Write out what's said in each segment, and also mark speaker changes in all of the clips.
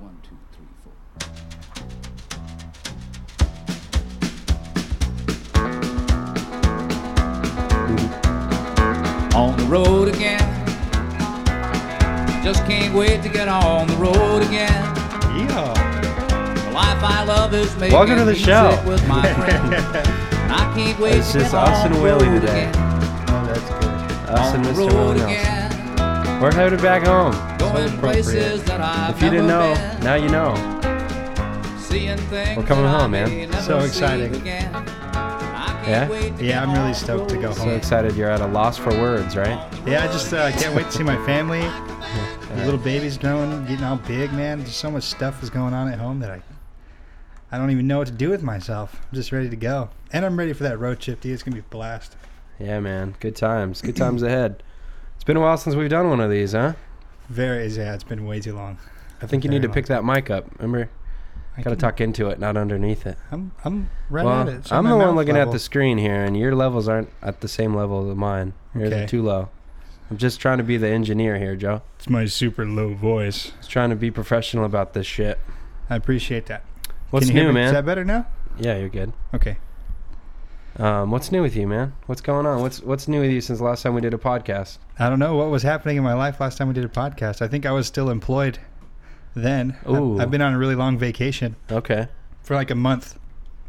Speaker 1: One, two, three, four. On the road again. Just can't wait to get on the road again.
Speaker 2: Yeehaw.
Speaker 1: The life I love is making
Speaker 2: Welcome to the
Speaker 1: music
Speaker 2: show.
Speaker 1: with my friend. And I can't wait
Speaker 3: It's
Speaker 1: to
Speaker 3: just
Speaker 1: get
Speaker 3: us
Speaker 1: on
Speaker 3: and
Speaker 1: the
Speaker 3: Willie
Speaker 1: road
Speaker 3: today.
Speaker 1: again.
Speaker 2: Oh, that's good.
Speaker 3: Us
Speaker 1: on
Speaker 3: and
Speaker 1: the
Speaker 3: Mr.
Speaker 1: road
Speaker 3: Williams.
Speaker 1: again.
Speaker 3: We're headed back home.
Speaker 1: Going
Speaker 2: appropriate.
Speaker 1: places that I've
Speaker 3: If you didn't
Speaker 1: never
Speaker 3: know,
Speaker 1: been.
Speaker 3: now you know.
Speaker 1: Seeing things
Speaker 3: We're coming
Speaker 1: that I
Speaker 3: home, man.
Speaker 1: may never
Speaker 2: So
Speaker 1: see
Speaker 2: exciting.
Speaker 1: again. I can't
Speaker 3: Yeah?
Speaker 1: wait to
Speaker 2: Yeah,
Speaker 1: get
Speaker 2: I'm really
Speaker 1: on
Speaker 2: stoked to
Speaker 1: the
Speaker 2: go
Speaker 1: road
Speaker 2: home.
Speaker 3: So
Speaker 1: again.
Speaker 3: excited you're at a loss for words, right?
Speaker 2: Yeah, I just uh, can't wait to see my family. The little baby's growing, getting all big, man. There's so much stuff is going on at home that I, I don't even know what to do with myself. I'm just ready to go, and I'm ready for that road trip, dude. It's gonna be a blast.
Speaker 3: Yeah, man. Good times. Good times ahead. It's been a while since we've done one of these, huh?
Speaker 2: Very, yeah, it's been way too long.
Speaker 3: I think you
Speaker 2: Very
Speaker 3: need to
Speaker 2: long.
Speaker 3: pick that mic up. Remember,
Speaker 2: I
Speaker 3: gotta
Speaker 2: can-
Speaker 3: talk into it, not underneath it.
Speaker 2: I'm, I'm right
Speaker 3: Well,
Speaker 2: at it. It's
Speaker 3: I'm
Speaker 2: at my
Speaker 3: the one
Speaker 2: mouth
Speaker 3: looking
Speaker 2: level.
Speaker 3: at the screen here, and your levels aren't at the same level as mine. Yours
Speaker 2: Okay.
Speaker 3: are too low. I'm just trying to be the engineer here, Joe.
Speaker 2: It's my super low voice.
Speaker 3: Just trying to be professional about this shit.
Speaker 2: I appreciate that.
Speaker 3: What's
Speaker 2: Can you
Speaker 3: new,
Speaker 2: hear me? Is
Speaker 3: man?
Speaker 2: that better now?
Speaker 3: Yeah, you're good.
Speaker 2: Okay.
Speaker 3: Um, what's new with you, man? What's going on? What's what's new with you since last time we did a podcast?
Speaker 2: I don't know what was happening in my life last time we did a podcast. I think I was still employed then. I-
Speaker 3: Ooh.
Speaker 2: I've been on a really long vacation
Speaker 3: Okay.
Speaker 2: for like a month.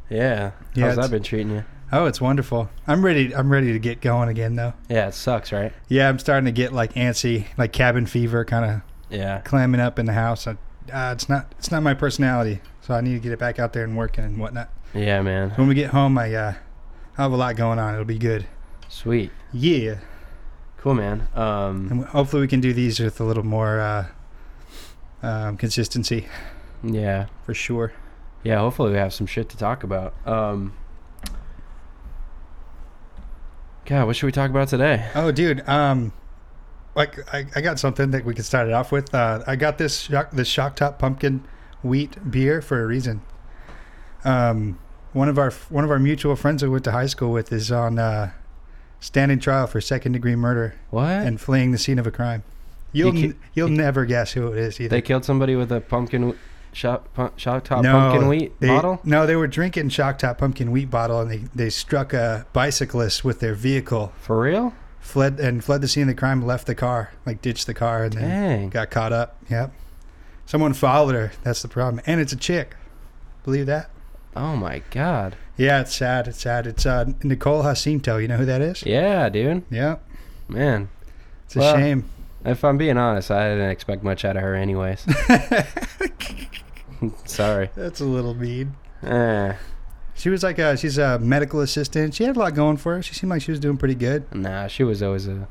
Speaker 3: Yeah.
Speaker 2: Yeah,
Speaker 3: How's
Speaker 2: it's-
Speaker 3: that been treating you?
Speaker 2: Oh, it's wonderful. I'm ready. I'm ready to get going again, though.
Speaker 3: Yeah, it sucks, right?
Speaker 2: Yeah, I'm starting to get like antsy, like cabin fever, kind of
Speaker 3: Yeah.
Speaker 2: clamming up in the house. I, uh, it's not. It's not my personality, so I need to get it back out there and working and whatnot.
Speaker 3: Yeah, man.
Speaker 2: When we get home, I, uh, I have a lot going on. It'll be good.
Speaker 3: Sweet.
Speaker 2: Yeah,
Speaker 3: Cool, man. Um,
Speaker 2: and hopefully we can do these with a little more uh, um, consistency
Speaker 3: yeah.
Speaker 2: for sure.
Speaker 3: Yeah, hopefully we have some shit to talk about. Um, God, what should we talk about today?
Speaker 2: Oh, dude. Um, like I, I got something that we could start it off with. Uh, I got this shock, this shock top pumpkin wheat beer for a reason. Um, one of our one of our mutual friends we went to high school with is on uh, standing trial for second degree murder
Speaker 3: What?
Speaker 2: and fleeing the scene of a crime. You'll
Speaker 3: You
Speaker 2: you
Speaker 3: ki-
Speaker 2: you'll never guess who it is either.
Speaker 3: they killed somebody with a pumpkin w- shot pu- shot top pumpkin wheat
Speaker 2: they-
Speaker 3: bottle.
Speaker 2: No, they were drinking shock top pumpkin wheat bottle, and they, they struck a bicyclist with their vehicle,
Speaker 3: For real?
Speaker 2: fled and fled the scene of the crime, left the car, like ditched the car, and then
Speaker 3: Dang.
Speaker 2: got caught up. Yep. Someone followed her. That's the problem. And it's a chick. Believe that?
Speaker 3: Oh my god.
Speaker 2: Yeah, it's sad. It's sad. It's uh, Nicole Jacinto. You know who that is?
Speaker 3: Yeah, dude.
Speaker 2: Yeah.
Speaker 3: Man,
Speaker 2: It's a
Speaker 3: Well-
Speaker 2: shame.
Speaker 3: if I'm being honest, I didn't expect much out of her, anyways. Sorry.
Speaker 2: That's a little mean.
Speaker 3: Eh,
Speaker 2: She was like a she's a medical assistant. She had a lot going for her. She seemed like she was doing pretty good.
Speaker 3: nah, she was always a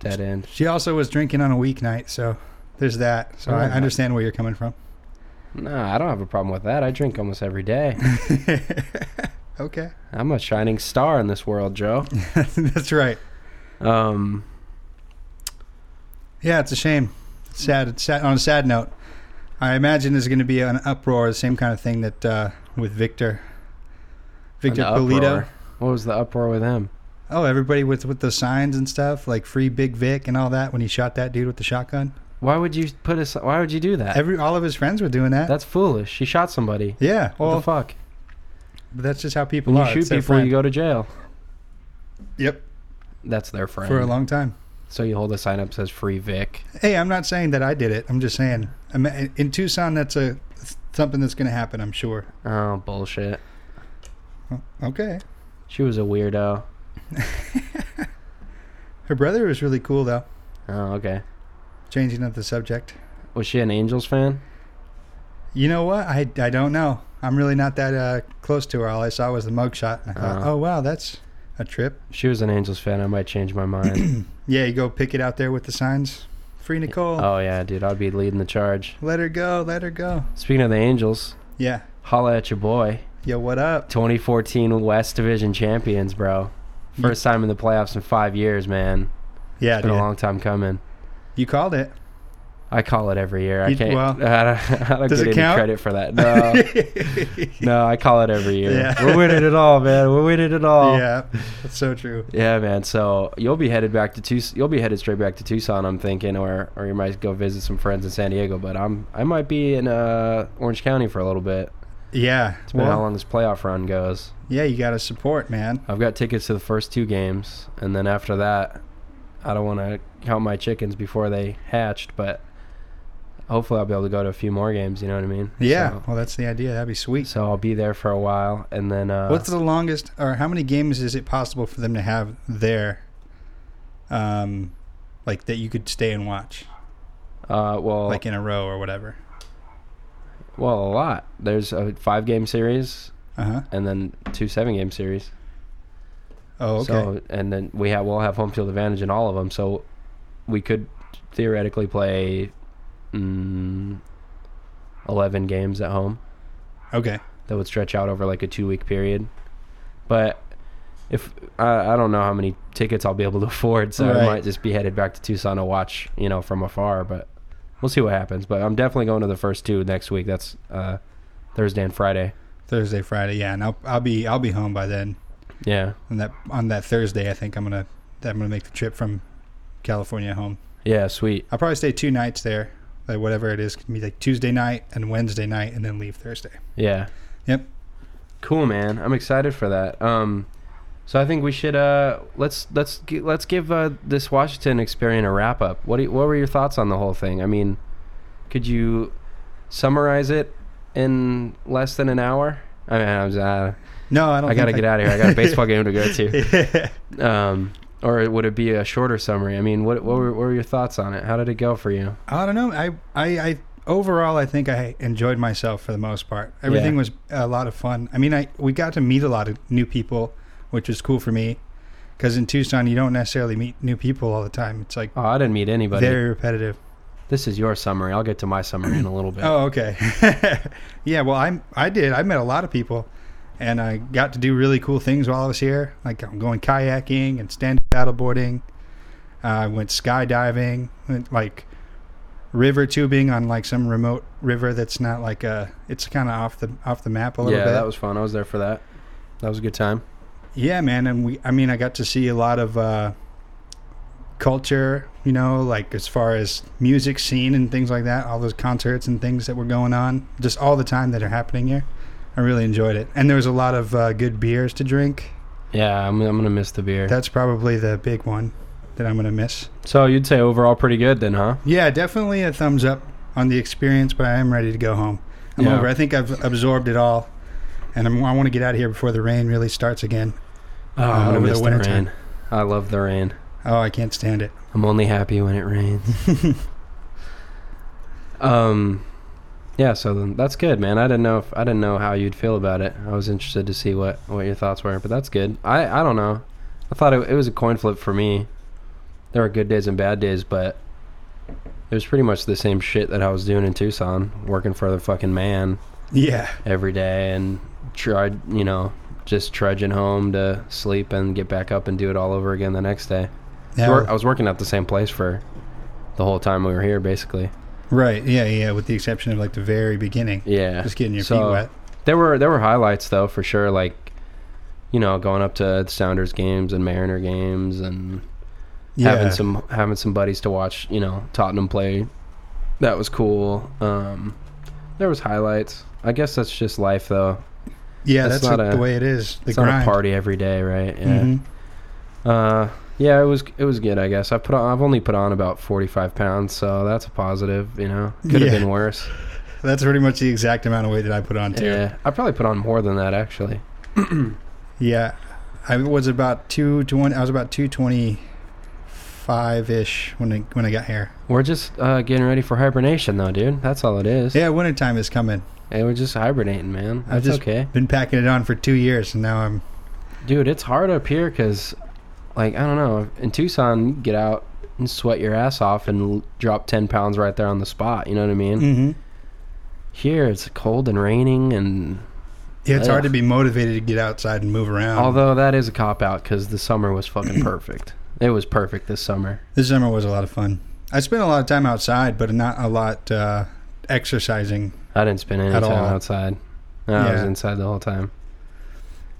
Speaker 3: dead end.
Speaker 2: She also was drinking on a weeknight, so there's that. So
Speaker 3: Oh,
Speaker 2: I
Speaker 3: my-
Speaker 2: understand where you're coming from.
Speaker 3: Nah, I don't have a problem with that. I drink almost every day.
Speaker 2: okay.
Speaker 3: I'm a shining star in this world, Joe.
Speaker 2: That's right.
Speaker 3: Um,
Speaker 2: Yeah, it's a shame. Sad, it's sad. On a sad note, I imagine there's going to be an uproar, the same kind of thing that uh, with Victor, Victor
Speaker 3: And the
Speaker 2: Polito.
Speaker 3: uproar. What was the uproar with him?
Speaker 2: Oh, everybody with with the signs and stuff, like free Big Vic and all that. When he shot that dude with the shotgun,
Speaker 3: Why would you put us? Why would you do that?
Speaker 2: every all of his friends were doing that.
Speaker 3: That's foolish. She shot somebody.
Speaker 2: yeah,
Speaker 3: what
Speaker 2: well,
Speaker 3: the fuck?
Speaker 2: but that's just how people
Speaker 3: When you
Speaker 2: are.
Speaker 3: shoot people, you go to jail.
Speaker 2: yep
Speaker 3: That's their friend.
Speaker 2: for a long time.
Speaker 3: so you hold a sign up that says "Free Vic."
Speaker 2: Hey, I'm not saying that I did it. I'm just saying I mean, in Tucson, that's a something that's going to happen. I'm sure.
Speaker 3: Oh bullshit.
Speaker 2: Okay,
Speaker 3: She was a weirdo.
Speaker 2: her brother was really cool though.
Speaker 3: Oh okay.
Speaker 2: Changing up the subject.
Speaker 3: Was she an Angels fan?
Speaker 2: You know what? I, I don't know. I'm really not that uh, close to her. All I saw was the mugshot. And I thought,
Speaker 3: Uh-huh.
Speaker 2: oh, wow, that's a trip.
Speaker 3: If she was an Angels fan. I might change my mind.
Speaker 2: Yeah, you go pick it out there with the signs. Free Nicole.
Speaker 3: oh yeah, dude. I'd be leading the charge.
Speaker 2: Let her go. Let her go.
Speaker 3: Speaking of the Angels,
Speaker 2: Yeah.
Speaker 3: holla at your boy.
Speaker 2: Yo, what up?
Speaker 3: 2014 West Division champions, bro. First time in the playoffs in five years, man.
Speaker 2: Yeah,
Speaker 3: Been a
Speaker 2: dude.
Speaker 3: long time coming.
Speaker 2: You called it.
Speaker 3: I call it every year. I
Speaker 2: You-
Speaker 3: can't.
Speaker 2: well,
Speaker 3: I don't, I don't
Speaker 2: does
Speaker 3: get
Speaker 2: it
Speaker 3: any
Speaker 2: count?
Speaker 3: credit for that. No, no, I call it every year.
Speaker 2: Yeah.
Speaker 3: We're winning it all, man. We're winning it all.
Speaker 2: yeah, that's so true.
Speaker 3: Yeah, man. So you'll be headed back to Tucson. You'll be headed straight back to Tucson, I'm thinking, or or you might go visit some friends in San Diego. But I'm I might be in uh, Orange County for a little bit.
Speaker 2: Yeah.
Speaker 3: It's been how
Speaker 2: Well,
Speaker 3: long this playoff run goes.
Speaker 2: yeah, you got to support, man.
Speaker 3: I've got tickets to the first two games, and then after that, I don't want to count my chickens before they hatched. But hopefully, I'll be able to go to a few more games. You know what I mean?
Speaker 2: Yeah.
Speaker 3: So,
Speaker 2: Well, that's the idea. That'd be sweet.
Speaker 3: so I'll be there for a while, and then uh,
Speaker 2: What's the longest, or how many games is it possible for them to have there? Um, like that you could stay and watch,
Speaker 3: uh, well,
Speaker 2: like in a row or whatever.
Speaker 3: well, a lot. There's a five game series,
Speaker 2: Uh huh.
Speaker 3: and then two seven game series.
Speaker 2: Oh, okay.
Speaker 3: So and then we have we'll have home field advantage in all of them. So we could theoretically play mm, eleven games at home.
Speaker 2: okay.
Speaker 3: That would stretch out over like a two week period. But if I, I don't know how many tickets I'll be able to afford, so
Speaker 2: Right.
Speaker 3: I might just be headed back to Tucson to watch you know from afar. But we'll see what happens. But I'm definitely going to the first two next week. That's uh, Thursday and Friday.
Speaker 2: Thursday, Friday. Yeah, and I'll I'll be I'll be home by then.
Speaker 3: Yeah.
Speaker 2: On that on that Thursday, I think I'm gonna I'm gonna make the trip from California home.
Speaker 3: Yeah. Sweet.
Speaker 2: I'll probably stay two nights there, like whatever it is. Can be like Tuesday night and Wednesday night, and then leave Thursday.
Speaker 3: Yeah.
Speaker 2: Yep.
Speaker 3: Cool, man. I'm excited for that. Um, so I think we should uh let's let's gi- let's give uh, this Washington experience a wrap up. What do you, what were your thoughts on the whole thing? I mean, could you summarize it in less than an hour? I mean, I, was, uh,
Speaker 2: No, I don't.
Speaker 3: I gotta get out of here. I got a baseball game to go to.
Speaker 2: here.
Speaker 3: Um, or would it be a shorter summary? I mean, what what were, what were your thoughts on it? How did it go for you?
Speaker 2: I don't know. I, I, I overall, I think I enjoyed myself for the most part. Everything
Speaker 3: Yeah.
Speaker 2: was a lot of fun. I mean, I we got to meet a lot of new people, which was cool for me, because in Tucson you don't necessarily meet new people all the time. It's like
Speaker 3: Oh, I didn't meet anybody.
Speaker 2: very repetitive.
Speaker 3: This is your summary. I'll get to my summary in a little bit.
Speaker 2: Oh, okay. yeah. Well, I'm. I did. I met a lot of people, and I got to do really cool things while I was here. Like I'm going kayaking and stand paddleboarding. Uh, I went skydiving. Went like river tubing on like some remote river that's not like a. It's kind of off the off the map a little
Speaker 3: yeah,
Speaker 2: bit.
Speaker 3: that was fun. I was there for that. That was a good time.
Speaker 2: yeah, man. And we. I mean, I got to see a lot of. Uh, culture you know like as far as music scene and things like that all those concerts and things that were going on just all the time that are happening here i really enjoyed it and there was a lot of uh, good beers to drink
Speaker 3: Yeah, I'm, I'm gonna miss the beer.
Speaker 2: that's probably the big one that i'm gonna miss
Speaker 3: so you'd say overall pretty good then, huh?
Speaker 2: yeah definitely a thumbs up on the experience but i am ready to go home i'm
Speaker 3: Yeah.
Speaker 2: over i think i've absorbed it all and I'm, i want to get out of here before the rain really starts again
Speaker 3: Oh,
Speaker 2: Uh,
Speaker 3: I'm gonna
Speaker 2: over the
Speaker 3: miss the,
Speaker 2: winter
Speaker 3: rain.
Speaker 2: time.
Speaker 3: I love the rain.
Speaker 2: oh i can't stand it
Speaker 3: I'm only happy when it rains. um, yeah. So then that's good, man. I didn't know if I didn't know how you'd feel about it. I was interested to see what what your thoughts were, but that's good. I I don't know. I thought it, it was a coin flip for me. There were good days and bad days, but it was pretty much the same shit that I was doing in Tucson, working for the fucking man.
Speaker 2: yeah
Speaker 3: every day and tried, you know, just trudging home to sleep and get back up and do it all over again the next day.
Speaker 2: yeah
Speaker 3: Wor- I was working at the same place for the whole time we were here, basically.
Speaker 2: right yeah yeah with the exception of like the very beginning
Speaker 3: Yeah,
Speaker 2: just getting your
Speaker 3: So,
Speaker 2: feet wet
Speaker 3: There were there were highlights though for sure, like you know, going up to Sounders games and Mariner games and having some having some buddies to watch, you know, Tottenham play. That was cool. Um, there was highlights. I guess that's just life though.
Speaker 2: Yeah,
Speaker 3: That's
Speaker 2: that's,
Speaker 3: not
Speaker 2: what-
Speaker 3: a-
Speaker 2: the way it is. The
Speaker 3: it's
Speaker 2: grind.
Speaker 3: not a party every day, right? Yeah.
Speaker 2: Mhm.
Speaker 3: Uh, yeah, it was it was good, I guess. I put on, I've only put on about forty five pounds, so that's a positive. You know, could have
Speaker 2: Yeah.
Speaker 3: been worse.
Speaker 2: That's pretty much the exact amount of weight that I put on too. Yeah,
Speaker 3: Yeah, I probably put on more than that actually.
Speaker 2: I was about two twenty. I was about two twenty five ish when I when I got here.
Speaker 3: We're just uh, getting ready for hibernation, though, dude. That's all it is.
Speaker 2: Yeah, wintertime is coming.
Speaker 3: And we're just hibernating, man.
Speaker 2: I
Speaker 3: That's
Speaker 2: just-
Speaker 3: okay,
Speaker 2: Been packing it on for two years, and now I'm
Speaker 3: dude. It's hard up here because, like, I don't know. In Tucson, you get out and sweat your ass off and l- drop ten pounds right there on the spot. You know what I mean?
Speaker 2: hmm
Speaker 3: Here, it's cold and raining and
Speaker 2: Yeah, it's
Speaker 3: Ugh.
Speaker 2: hard to be motivated to get outside and move around.
Speaker 3: Although that is a cop out because the summer was fucking perfect. It was perfect this summer.
Speaker 2: this summer was a lot of fun. I spend a lot of time outside, but not a lot uh, exercising.
Speaker 3: I didn't spend any
Speaker 2: At
Speaker 3: time
Speaker 2: all.
Speaker 3: outside. No, I was
Speaker 2: Yeah.
Speaker 3: inside the whole time.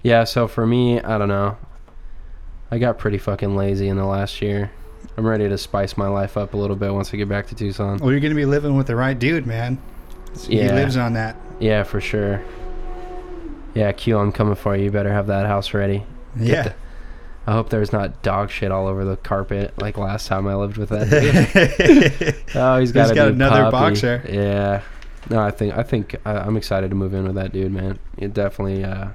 Speaker 3: Yeah, so for me, I don't know. I got pretty fucking lazy in the last year. I'm ready to spice my life up a little bit once I get back to Tucson.
Speaker 2: Well, you're going to be living with the right dude, man. He
Speaker 3: Yeah.
Speaker 2: lives on that.
Speaker 3: Yeah, for sure. Yeah, Q, I'm coming for you. You better have that house ready.
Speaker 2: Yeah.
Speaker 3: I hope there's not dog shit all over the carpet like last time I lived with that. dude. oh, he's got,
Speaker 2: He's got another boxer.
Speaker 3: Yeah. No, I think I think I, I'm excited to move in with that dude, man. It definitely uh,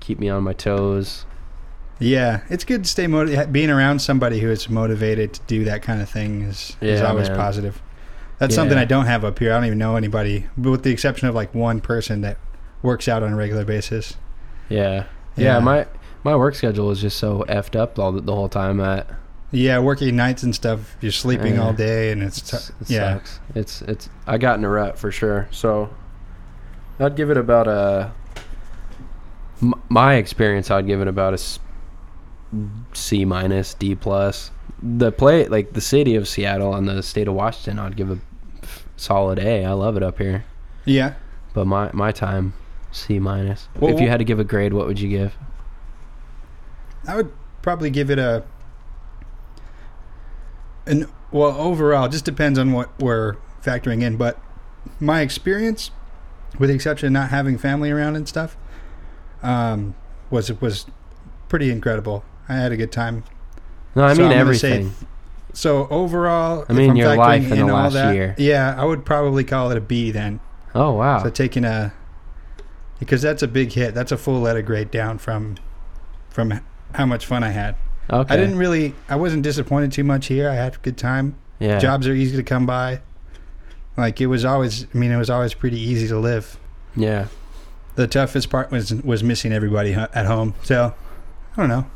Speaker 3: keep me on my toes.
Speaker 2: yeah. It's good to stay motivated. Being around somebody who is motivated to do that kind of thing is, is
Speaker 3: Yeah,
Speaker 2: always
Speaker 3: man.
Speaker 2: positive. That's something
Speaker 3: Yeah.
Speaker 2: I don't have up here. I don't even know anybody, with the exception of like one person that works out on a regular basis.
Speaker 3: Yeah. Yeah.
Speaker 2: Yeah.
Speaker 3: my my work schedule was just so effed up all the, the whole time. That
Speaker 2: Yeah, working nights and stuff. You're sleeping
Speaker 3: Yeah.
Speaker 2: all day, and it's,
Speaker 3: it's,
Speaker 2: t-
Speaker 3: it
Speaker 2: yeah.
Speaker 3: sucks. It's it's I got in a rut for sure. So I'd give it about a m- my experience. I'd give it about a s- C minus D plus. The play like the city of Seattle and the state of Washington. I'd give a f- solid A. I love it up here.
Speaker 2: Yeah.
Speaker 3: But my my time C minus.
Speaker 2: Well,
Speaker 3: if you had to give a grade, what would you give?
Speaker 2: I would probably give it a an well overall just depends on what we're factoring in but my experience with the exception of not having family around and stuff um, was was pretty incredible I had a good time
Speaker 3: No, I
Speaker 2: So
Speaker 3: mean
Speaker 2: I'm gonna say
Speaker 3: everything.
Speaker 2: so overall
Speaker 3: I mean,
Speaker 2: if I'm
Speaker 3: your
Speaker 2: factoring
Speaker 3: life in the
Speaker 2: all
Speaker 3: last
Speaker 2: that,
Speaker 3: year.
Speaker 2: yeah I would probably call it a B then
Speaker 3: Oh wow.
Speaker 2: so taking a because that's a big hit that's a full letter grade down from from how much fun I had
Speaker 3: Okay.
Speaker 2: I didn't really. I wasn't disappointed too much here. I had a good time.
Speaker 3: yeah.
Speaker 2: Jobs are easy to come by. Like it was always. I mean, it was always pretty easy to live.
Speaker 3: Yeah.
Speaker 2: The toughest part was was missing everybody hu- at home. So I don't know.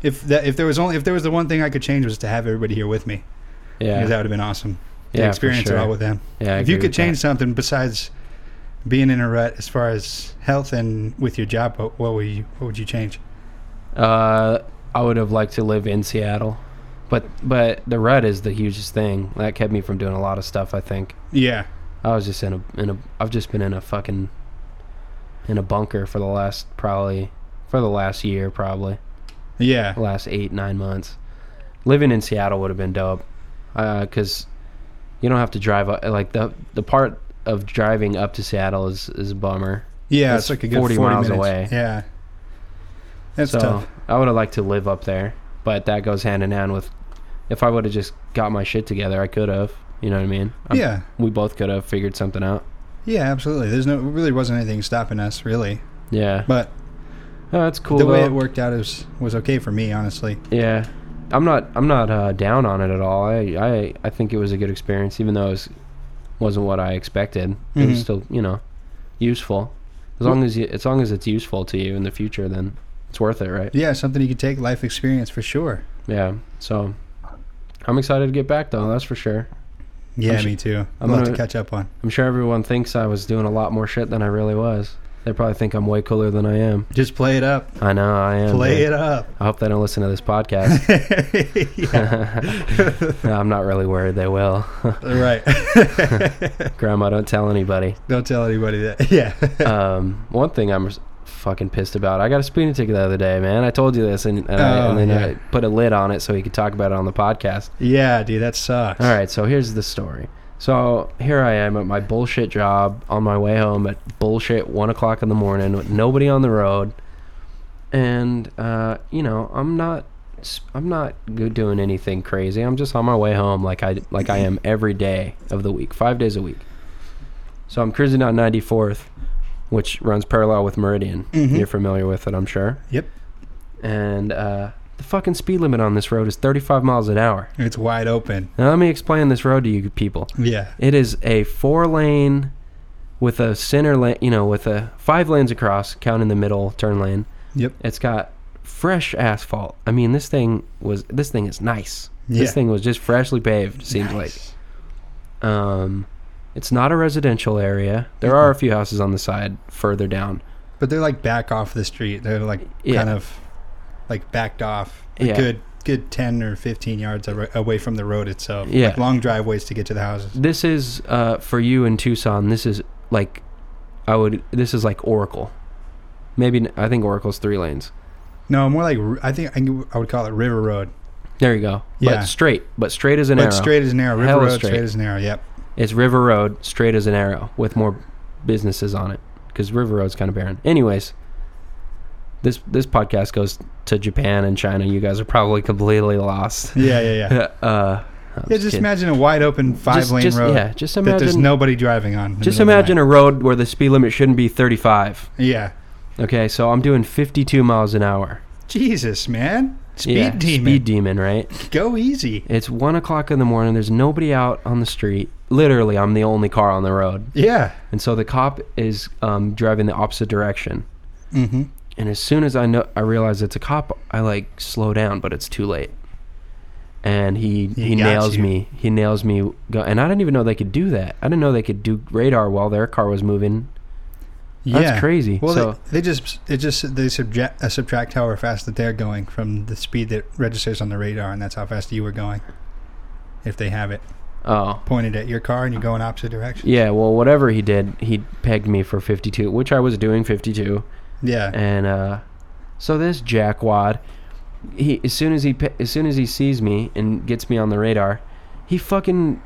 Speaker 2: If that if there was only if there was the one thing I could change was to have everybody here with me.
Speaker 3: Yeah.
Speaker 2: Because that would have been awesome.
Speaker 3: yeah.
Speaker 2: to
Speaker 3: for
Speaker 2: experience
Speaker 3: sure.
Speaker 2: it all with them.
Speaker 3: Yeah. I
Speaker 2: if you
Speaker 3: agree
Speaker 2: could
Speaker 3: with that.
Speaker 2: change something besides being in a rut as far as health and with your job, what, what would you what would you change?
Speaker 3: Uh, I would have liked to live in Seattle, but but the rut is the hugest thing that kept me from doing a lot of stuff. I think
Speaker 2: Yeah.
Speaker 3: I was just in a in a I've just been in a fucking in a bunker for the last probably for the last year probably
Speaker 2: Yeah.
Speaker 3: the last eight nine months. Living in Seattle would have been dope, because you don't have to drive up like the the part of driving up to Seattle is is a bummer.
Speaker 2: Yeah,
Speaker 3: That's
Speaker 2: it's like a good
Speaker 3: 40
Speaker 2: 40,
Speaker 3: miles
Speaker 2: minutes.
Speaker 3: away.
Speaker 2: Yeah. That's
Speaker 3: so
Speaker 2: tough.
Speaker 3: I would have liked to live up there, but that goes hand in hand with if I would have just got my shit together, I could have. You know what I mean? I'm-
Speaker 2: yeah.
Speaker 3: We both could have figured something out.
Speaker 2: Yeah, absolutely. There's no really wasn't anything stopping us really.
Speaker 3: Yeah.
Speaker 2: But
Speaker 3: No, that's cool
Speaker 2: the way
Speaker 3: though.
Speaker 2: it worked out is was okay for me, honestly.
Speaker 3: Yeah. I'm not I'm not uh, down on it at all. I, I I think it was a good experience even though it was, wasn't what I expected. It was
Speaker 2: Mhm.
Speaker 3: still, you know, useful. As long as you as long as it's useful to you in the future then it's worth it, right?
Speaker 2: Yeah, something you could take life experience for sure.
Speaker 3: Yeah. So I'm excited to get back though, that's for sure.
Speaker 2: Yeah,
Speaker 3: I'm sh-
Speaker 2: me too. I'm
Speaker 3: I'm
Speaker 2: lot to
Speaker 3: gonna-
Speaker 2: catch up on.
Speaker 3: I'm sure everyone thinks I was doing a lot more shit than I really was. They probably think I'm way cooler than I am.
Speaker 2: Just play it up.
Speaker 3: I know I am.
Speaker 2: Play it up.
Speaker 3: I hope they don't listen to this podcast.
Speaker 2: yeah.
Speaker 3: I'm not really worried they will.
Speaker 2: Right.
Speaker 3: Grandma, don't tell anybody.
Speaker 2: Don't tell anybody that. Yeah.
Speaker 3: Um, one thing I'm s- fucking pissed about. I got a speeding ticket the other day, man. I told you this, and, and, I,
Speaker 2: Oh,
Speaker 3: and then I
Speaker 2: yeah.
Speaker 3: put a lid on it so he could talk about it on the podcast.
Speaker 2: yeah, dude, that sucks.
Speaker 3: All right, so here's the story. So here I am at my bullshit job on my way home at bullshit one o'clock in the morning with nobody on the road, and uh, you know I'm not s- I'm not go- doing anything crazy. I'm just on my way home like I like I am every day of the week, five days a week. So I'm cruising down 94th, which runs parallel with Meridian.
Speaker 2: Mhm.
Speaker 3: You're familiar with it, I'm sure.
Speaker 2: Yep.
Speaker 3: And uh, the fucking speed limit on this road is 35 miles an hour.
Speaker 2: It's wide open.
Speaker 3: Now let me explain this road to you people.
Speaker 2: Yeah.
Speaker 3: It is a four lane with a center lane, you know, with a five lanes across, counting the middle turn lane.
Speaker 2: Yep.
Speaker 3: It's got fresh asphalt. I mean, this thing was this thing is nice. This
Speaker 2: Yeah.
Speaker 3: thing was just freshly paved, seems
Speaker 2: Nice.
Speaker 3: like. Um it's not a residential area. There are a
Speaker 2: Mm-hmm.
Speaker 3: few houses on the side further down.
Speaker 2: But they're like back off the street. They're like
Speaker 3: Yeah.
Speaker 2: kind of like backed off. A
Speaker 3: Yeah.
Speaker 2: good good 10 or 15 yards ar- away from the road itself.
Speaker 3: Yeah.
Speaker 2: Like long driveways to get to the houses.
Speaker 3: This is uh, for you in Tucson. This is like, I would. This is like Oracle. Maybe I think Oracle's three lanes.
Speaker 2: No, more like, r- I think I think I would call it River Road.
Speaker 3: There you go.
Speaker 2: Yeah.
Speaker 3: But straight, but straight as an
Speaker 2: but
Speaker 3: arrow.
Speaker 2: straight as an arrow. River
Speaker 3: Hella
Speaker 2: Road,
Speaker 3: straight.
Speaker 2: straight as an arrow. Yep.
Speaker 3: It's River Road, straight as an arrow, with more businesses on it because River Road's kind of barren. Anyways, this this podcast goes to Japan and China. You guys are probably completely lost.
Speaker 2: Yeah, yeah, yeah.
Speaker 3: uh, I'm
Speaker 2: yeah, just
Speaker 3: kidding.
Speaker 2: imagine a wide open five
Speaker 3: Just-
Speaker 2: lane
Speaker 3: just-
Speaker 2: road
Speaker 3: Yeah, just
Speaker 2: that there's
Speaker 3: imagine.
Speaker 2: nobody driving on. in the
Speaker 3: just
Speaker 2: middle of the
Speaker 3: imagine a road where the speed limit shouldn't be 35.
Speaker 2: night. Yeah.
Speaker 3: Okay, so I'm doing 52 miles an hour.
Speaker 2: Jesus, man. Speed
Speaker 3: yeah,
Speaker 2: demon.
Speaker 3: Speed demon, right?
Speaker 2: Go easy.
Speaker 3: It's one o'clock in the morning. There's nobody out on the street. Literally, I'm the only car on the road.
Speaker 2: Yeah.
Speaker 3: And so the cop is um, driving the opposite direction.
Speaker 2: Mm-hmm.
Speaker 3: And as soon as I know, I realize it's a cop. I like slow down, but it's too late. And he he,
Speaker 2: got
Speaker 3: nails
Speaker 2: you.
Speaker 3: me. He nails me. Go, and I didn't even know they could do that. I didn't know they could do radar while their car was moving.
Speaker 2: Yeah.
Speaker 3: crazy.
Speaker 2: Well,
Speaker 3: So-
Speaker 2: they, they just it just they subject, uh, subtract however fast that they're going from the speed that registers on the radar, and that's how fast you were going. If they have it
Speaker 3: Oh,
Speaker 2: pointed at your car and you're going opposite direction.
Speaker 3: yeah. Well, whatever he did, he pegged me for 52, which I was doing 52.
Speaker 2: Yeah.
Speaker 3: And uh, so this jackwad, he as soon as he pe- as soon as he sees me and gets me on the radar, he fucking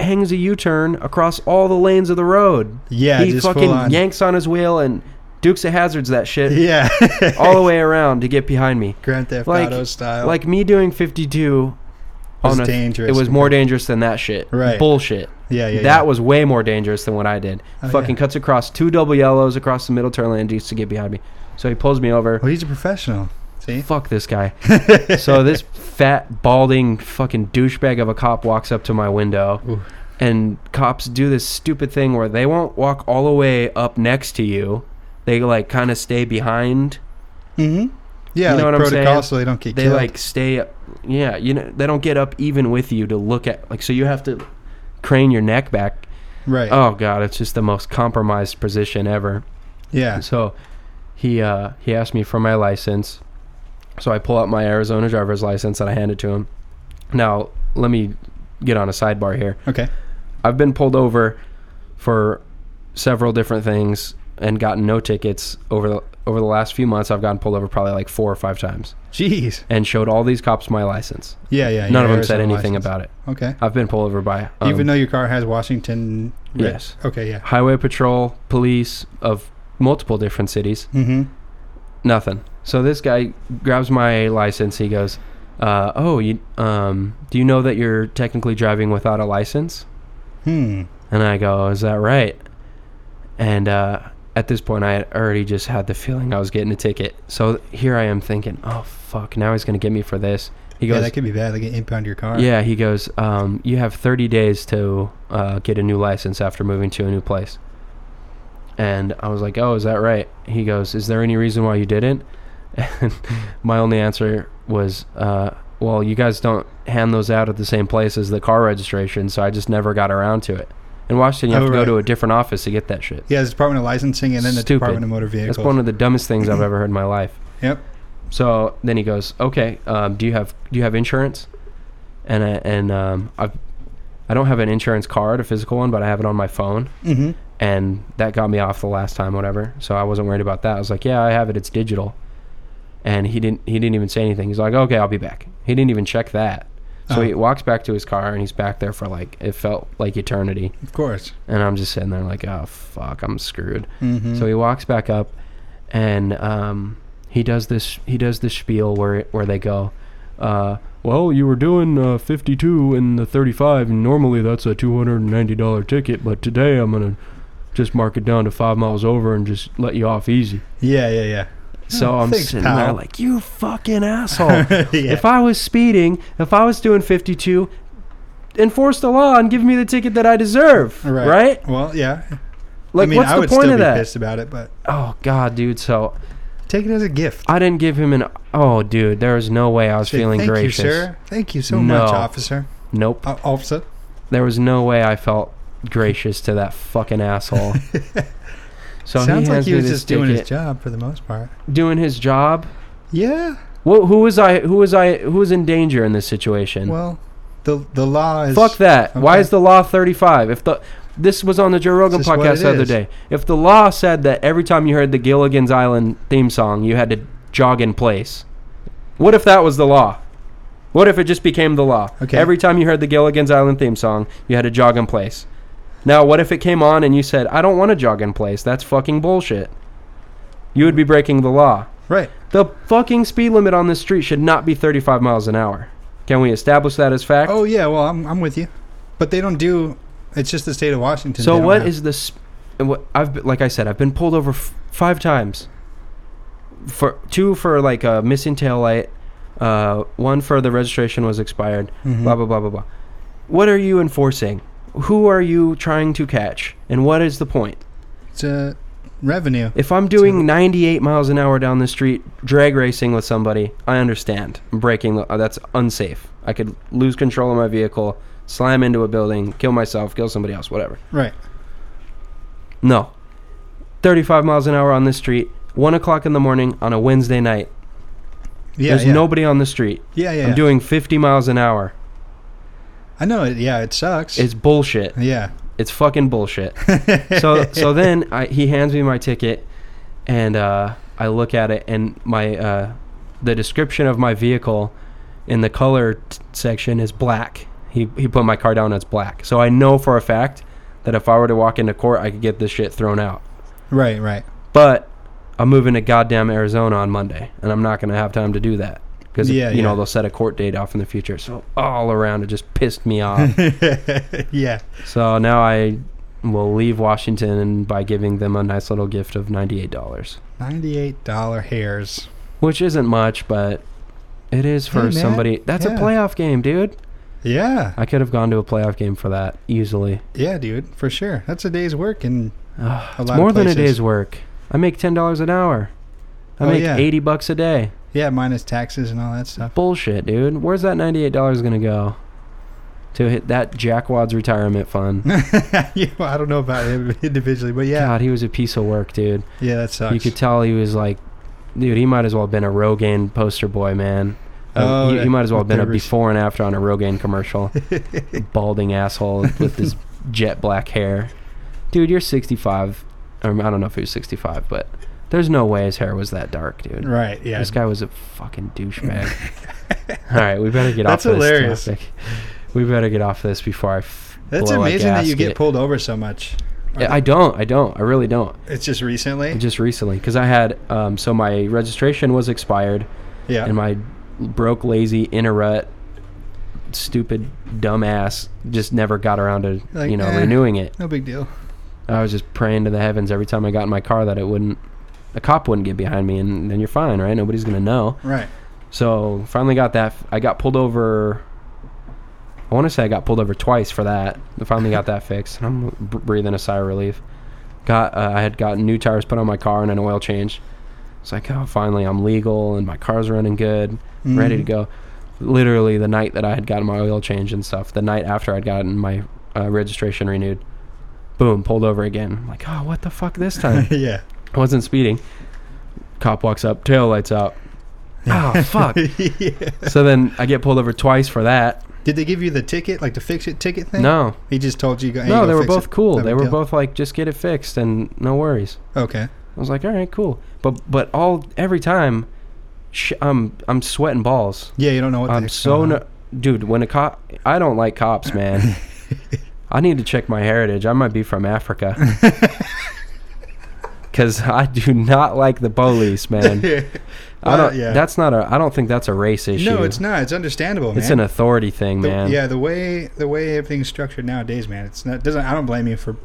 Speaker 3: hangs a U-turn across all the lanes of the road.
Speaker 2: Yeah,
Speaker 3: he
Speaker 2: just
Speaker 3: fucking
Speaker 2: full on.
Speaker 3: yanks on his wheel and Dukes of Hazards that shit
Speaker 2: yeah.
Speaker 3: all the way around to get behind me.
Speaker 2: Grand Theft
Speaker 3: Oh, Like-
Speaker 2: Auto style.
Speaker 3: Like me doing 52
Speaker 2: Oh. Was
Speaker 3: on a-
Speaker 2: dangerous
Speaker 3: It was more
Speaker 2: compared-
Speaker 3: dangerous than that shit.
Speaker 2: Right.
Speaker 3: Bullshit.
Speaker 2: yeah, yeah.
Speaker 3: that
Speaker 2: yeah.
Speaker 3: was way more dangerous than what I did.
Speaker 2: Oh,
Speaker 3: Fucking
Speaker 2: yeah.
Speaker 3: cuts across two double yellows across the middle turn lane just to get behind me. So he pulls me over.
Speaker 2: Well, he's a professional. See.
Speaker 3: Fuck this guy. so this fat, balding, fucking douchebag of a cop walks up to my window,
Speaker 2: Ooh.
Speaker 3: and cops do this stupid thing where they won't walk all the way up next to you. They like kind of stay behind.
Speaker 2: Mm-hmm. Yeah.
Speaker 3: You
Speaker 2: like
Speaker 3: know what I'm
Speaker 2: protocol,
Speaker 3: saying?
Speaker 2: so they don't get
Speaker 3: They
Speaker 2: killed.
Speaker 3: like stay. Yeah, you know they don't get up even with you to look at. Like so, you have to crane your neck back.
Speaker 2: right.
Speaker 3: Oh god, it's just the most compromised position ever.
Speaker 2: yeah.
Speaker 3: So he uh, he asked me for my license. So I pull out my Arizona driver's license and I hand it to him. Now let me get on a sidebar here.
Speaker 2: Okay.
Speaker 3: I've been pulled over for several different things and gotten no tickets over the over the last few months. I've gotten pulled over probably like four or five times
Speaker 2: Jeez.
Speaker 3: and showed all these cops my license.
Speaker 2: Yeah. Yeah.
Speaker 3: None of
Speaker 2: your
Speaker 3: them said
Speaker 2: Arizona
Speaker 3: anything
Speaker 2: license.
Speaker 3: about it.
Speaker 2: Okay.
Speaker 3: I've been pulled over by um,
Speaker 2: Even though your car has Washington. writ-
Speaker 3: Yes.
Speaker 2: Okay. Yeah.
Speaker 3: highway patrol, police of multiple different cities.
Speaker 2: Mm-hmm.
Speaker 3: Nothing. So this guy grabs my license. He goes, uh, "Oh, you, um, do you know that you're technically driving without a license?"
Speaker 2: Hmm.
Speaker 3: And I go, "Is that right?" And uh, at this point, I had already just had the feeling I was getting a ticket. So here I am thinking, "Oh fuck, now he's gonna get me for this." He
Speaker 2: yeah,
Speaker 3: goes,
Speaker 2: that could be bad. They can impound your car.
Speaker 3: "Yeah." He goes, um, "You have 30 days to uh, get a new license after moving to a new place." And I was like, "Oh, is that right?" He goes, "Is there any reason why you didn't?" And my only answer was, uh, "Well, you guys don't hand those out at the same place as the car registration, so I just never got around to it." In Washington, you have
Speaker 2: Oh,
Speaker 3: to go
Speaker 2: right.
Speaker 3: to a different office to get that shit.
Speaker 2: Yeah, it's Department of Licensing and then the
Speaker 3: Stupid.
Speaker 2: Department of Motor
Speaker 3: That's
Speaker 2: Vehicles.
Speaker 3: one of the dumbest things I've ever heard in my life.
Speaker 2: yep.
Speaker 3: So then he goes, "Okay, um, do you have do you have insurance?" And I, and um, I I don't have an insurance card, a physical one, but I have it on my phone,
Speaker 2: Mm-hmm.
Speaker 3: and that got me off the last time, whatever. So I wasn't worried about that. I was like, "Yeah, I have it. It's digital." And he didn't he didn't even say anything. He's like, "Okay, I'll be back." He didn't even check that. So
Speaker 2: Oh.
Speaker 3: he walks back to his car, and he's back there for like it felt like eternity.
Speaker 2: Of course.
Speaker 3: And I'm just sitting there like, "Oh fuck, I'm screwed."
Speaker 2: Mm-hmm.
Speaker 3: So he walks back up, and um, he does this. He does this spiel where where they go, uh, "Well, you were doing uh, 52 and the 35, and normally that's a 290 dollar ticket, but today I'm gonna just mark it down to five miles over and just let you off easy."
Speaker 2: yeah, yeah, yeah.
Speaker 3: So I'm
Speaker 2: thanks,
Speaker 3: sitting there
Speaker 2: pal.
Speaker 3: like, "You fucking asshole."
Speaker 2: yeah.
Speaker 3: Oh, If I was speeding, if I was doing 52, enforce the law and give me the ticket that I deserve, right?
Speaker 2: Well, yeah.
Speaker 3: Like,
Speaker 2: I mean,
Speaker 3: what's
Speaker 2: I
Speaker 3: the
Speaker 2: would
Speaker 3: point
Speaker 2: still
Speaker 3: of
Speaker 2: be
Speaker 3: that?
Speaker 2: pissed about it, but
Speaker 3: Oh God, dude. So
Speaker 2: take it as a gift.
Speaker 3: I didn't give him an. Oh, dude, there was no way I was
Speaker 2: Say,
Speaker 3: feeling
Speaker 2: Thank
Speaker 3: gracious.
Speaker 2: you, sir. Thank you so
Speaker 3: No.
Speaker 2: much, officer.
Speaker 3: Nope,
Speaker 2: Uh, officer.
Speaker 3: there was no way I felt gracious to that fucking asshole. so
Speaker 2: Sounds
Speaker 3: he
Speaker 2: like
Speaker 3: hands
Speaker 2: he
Speaker 3: me
Speaker 2: was
Speaker 3: this
Speaker 2: just doing his
Speaker 3: ticket,
Speaker 2: job for the most part.
Speaker 3: doing his job,
Speaker 2: Yeah.
Speaker 3: Wha who was I? Who was I? Who was in danger in this situation?
Speaker 2: Well, the the law is
Speaker 3: Fuck that. Why
Speaker 2: okay.
Speaker 3: is the law 35? If the this was on the Joe Rogan
Speaker 2: It's just what
Speaker 3: podcast
Speaker 2: it
Speaker 3: the other
Speaker 2: is.
Speaker 3: day. If the law said that every time you heard the Gilligan's Island theme song, you had to jog in place. What if that was the law? What if it just became the law?
Speaker 2: Okay.
Speaker 3: Every time you heard the Gilligan's Island theme song, you had to jog in place. Now, what if it came on and you said, "I don't want to jog in place. That's fucking bullshit." You would be breaking the law.
Speaker 2: right.
Speaker 3: The fucking speed limit on this street should not be 35 miles an hour. Can we establish that as fact?
Speaker 2: Oh yeah, well I'm I'm with you, but they don't do. It's just the state of Washington.
Speaker 3: So
Speaker 2: they don't
Speaker 3: what
Speaker 2: have-
Speaker 3: is this? What I've been, like I said, I've been pulled over f- five times. For two for like a missing tail light, uh, one for the registration was expired.
Speaker 2: Mhm.
Speaker 3: Blah blah blah blah blah. What are you enforcing? Who are you trying to catch? And what is the point?
Speaker 2: It's uh, revenue.
Speaker 3: If I'm doing 98 miles an hour down the street, drag racing with somebody, I understand. I'm breaking the, uh, that's unsafe. I could lose control of my vehicle, slam into a building, kill myself, kill somebody else, whatever.
Speaker 2: Right.
Speaker 3: No. 35 miles an hour on this street, 1 o'clock in the morning on a Wednesday night.
Speaker 2: Yeah.
Speaker 3: There's
Speaker 2: yeah.
Speaker 3: nobody on the street.
Speaker 2: Yeah, yeah.
Speaker 3: I'm doing 50 miles an hour.
Speaker 2: I know. It, yeah, it sucks.
Speaker 3: It's bullshit.
Speaker 2: yeah.
Speaker 3: It's fucking bullshit. so so then I, he hands me my ticket, and uh, I look at it, and my uh, the description of my vehicle in the color t- section is black. He he put my car down as black, so I know for a fact that if I were to walk into court, I could get this shit thrown out.
Speaker 2: Right. Right.
Speaker 3: But I'm moving to goddamn Arizona on Monday, and I'm not going to have time to do that because
Speaker 2: Yeah,
Speaker 3: you
Speaker 2: yeah.
Speaker 3: know they'll set a court date off in the future. So all around, it just pissed me off.
Speaker 2: yeah.
Speaker 3: So now I will leave Washington by giving them a nice little gift of ninety-eight dollars,
Speaker 2: Ninety-eight dollar hairs.
Speaker 3: which isn't much, but it is
Speaker 2: Hey,
Speaker 3: for
Speaker 2: man.
Speaker 3: somebody. That's
Speaker 2: Yeah.
Speaker 3: a playoff game, dude.
Speaker 2: Yeah.
Speaker 3: I could have gone to a playoff game for that easily.
Speaker 2: Yeah, dude. For sure. That's a day's work and
Speaker 3: Ugh,
Speaker 2: a
Speaker 3: it's
Speaker 2: lot
Speaker 3: more
Speaker 2: of
Speaker 3: than a
Speaker 2: places.
Speaker 3: day's work. I make ten dollars an hour. I
Speaker 2: Oh,
Speaker 3: make
Speaker 2: yeah.
Speaker 3: eighty bucks a day.
Speaker 2: Yeah, minus taxes and all that stuff.
Speaker 3: Bullshit, dude. Where's that ninety-eight dollars gonna go? To hit that jackwad's retirement fund.
Speaker 2: yeah, well, I don't know about him individually, but yeah,
Speaker 3: God, he was a piece of work, dude.
Speaker 2: yeah, that sucks.
Speaker 3: You could tell he was like, dude, he might as well have been a Rogaine poster boy, man.
Speaker 2: Oh,
Speaker 3: Oh, he,
Speaker 2: yeah.
Speaker 3: he might as well have been a
Speaker 2: There was-
Speaker 3: before and after on a Rogaine commercial. Balding asshole with his jet black hair. Dude, you're 65. Or I don't know if he was 65, but there's no way his hair was that dark, dude.
Speaker 2: right? Yeah,
Speaker 3: This guy was a fucking douchebag. All right, we better get off
Speaker 2: That's
Speaker 3: of this
Speaker 2: hilarious.
Speaker 3: topic. We better get off this before I. F-
Speaker 2: that's
Speaker 3: blow a
Speaker 2: amazing that you get
Speaker 3: gasket.
Speaker 2: pulled over so much.
Speaker 3: I I don't. I don't. I really don't.
Speaker 2: It's just recently.
Speaker 3: Just recently, because I had um, so my registration was expired,
Speaker 2: yeah,
Speaker 3: and my broke, lazy, interrut, stupid, dumbass just never got around to
Speaker 2: Like,
Speaker 3: you know
Speaker 2: eh.
Speaker 3: renewing it.
Speaker 2: no big deal.
Speaker 3: I was just praying to the heavens every time I got in my car that it wouldn't, a cop wouldn't get behind me, and then you're fine, right? Nobody's gonna know.
Speaker 2: Right.
Speaker 3: So finally got that. I got pulled over. I want to say I got pulled over twice for that. I finally got that fixed. And I'm b- breathing a sigh of relief. Got uh, I had gotten new tires put on my car and an oil change. It's like oh finally I'm legal and my car's running good, ready to
Speaker 2: Mhm.
Speaker 3: go. Literally the night that I had gotten my oil change and stuff, the night after I'd gotten my uh, registration renewed, boom pulled over again. I'm like oh what the fuck this time?
Speaker 2: yeah.
Speaker 3: I wasn't speeding. Cop walks up, tail lights out. Oh fuck!
Speaker 2: yeah.
Speaker 3: so then I get pulled over twice for that.
Speaker 2: Did they give you the ticket, like the fix it ticket thing?
Speaker 3: No,
Speaker 2: He just told you. Hey,
Speaker 3: no,
Speaker 2: go
Speaker 3: they were
Speaker 2: fix
Speaker 3: both
Speaker 2: it.
Speaker 3: cool.
Speaker 2: No
Speaker 3: They
Speaker 2: big
Speaker 3: were
Speaker 2: deal.
Speaker 3: both like, just get it fixed and no worries.
Speaker 2: okay.
Speaker 3: I was like, all right, cool. But but all every time, sh- I'm I'm sweating balls.
Speaker 2: Yeah, you don't know what. the
Speaker 3: I'm
Speaker 2: heck's
Speaker 3: so
Speaker 2: going
Speaker 3: ner- dude. When a cop, I don't like cops, man. I need to check my heritage. I might be from Africa. Cause I do not like the police,
Speaker 2: on.
Speaker 3: man. I
Speaker 2: Well,
Speaker 3: don't.
Speaker 2: yeah.
Speaker 3: That's not a. I don't think that's a race issue.
Speaker 2: no, it's not. It's understandable, man.
Speaker 3: It's an authority thing,
Speaker 2: the,
Speaker 3: man.
Speaker 2: Yeah, the way the way everything's structured nowadays, man. It's not doesn't. I don't blame you for.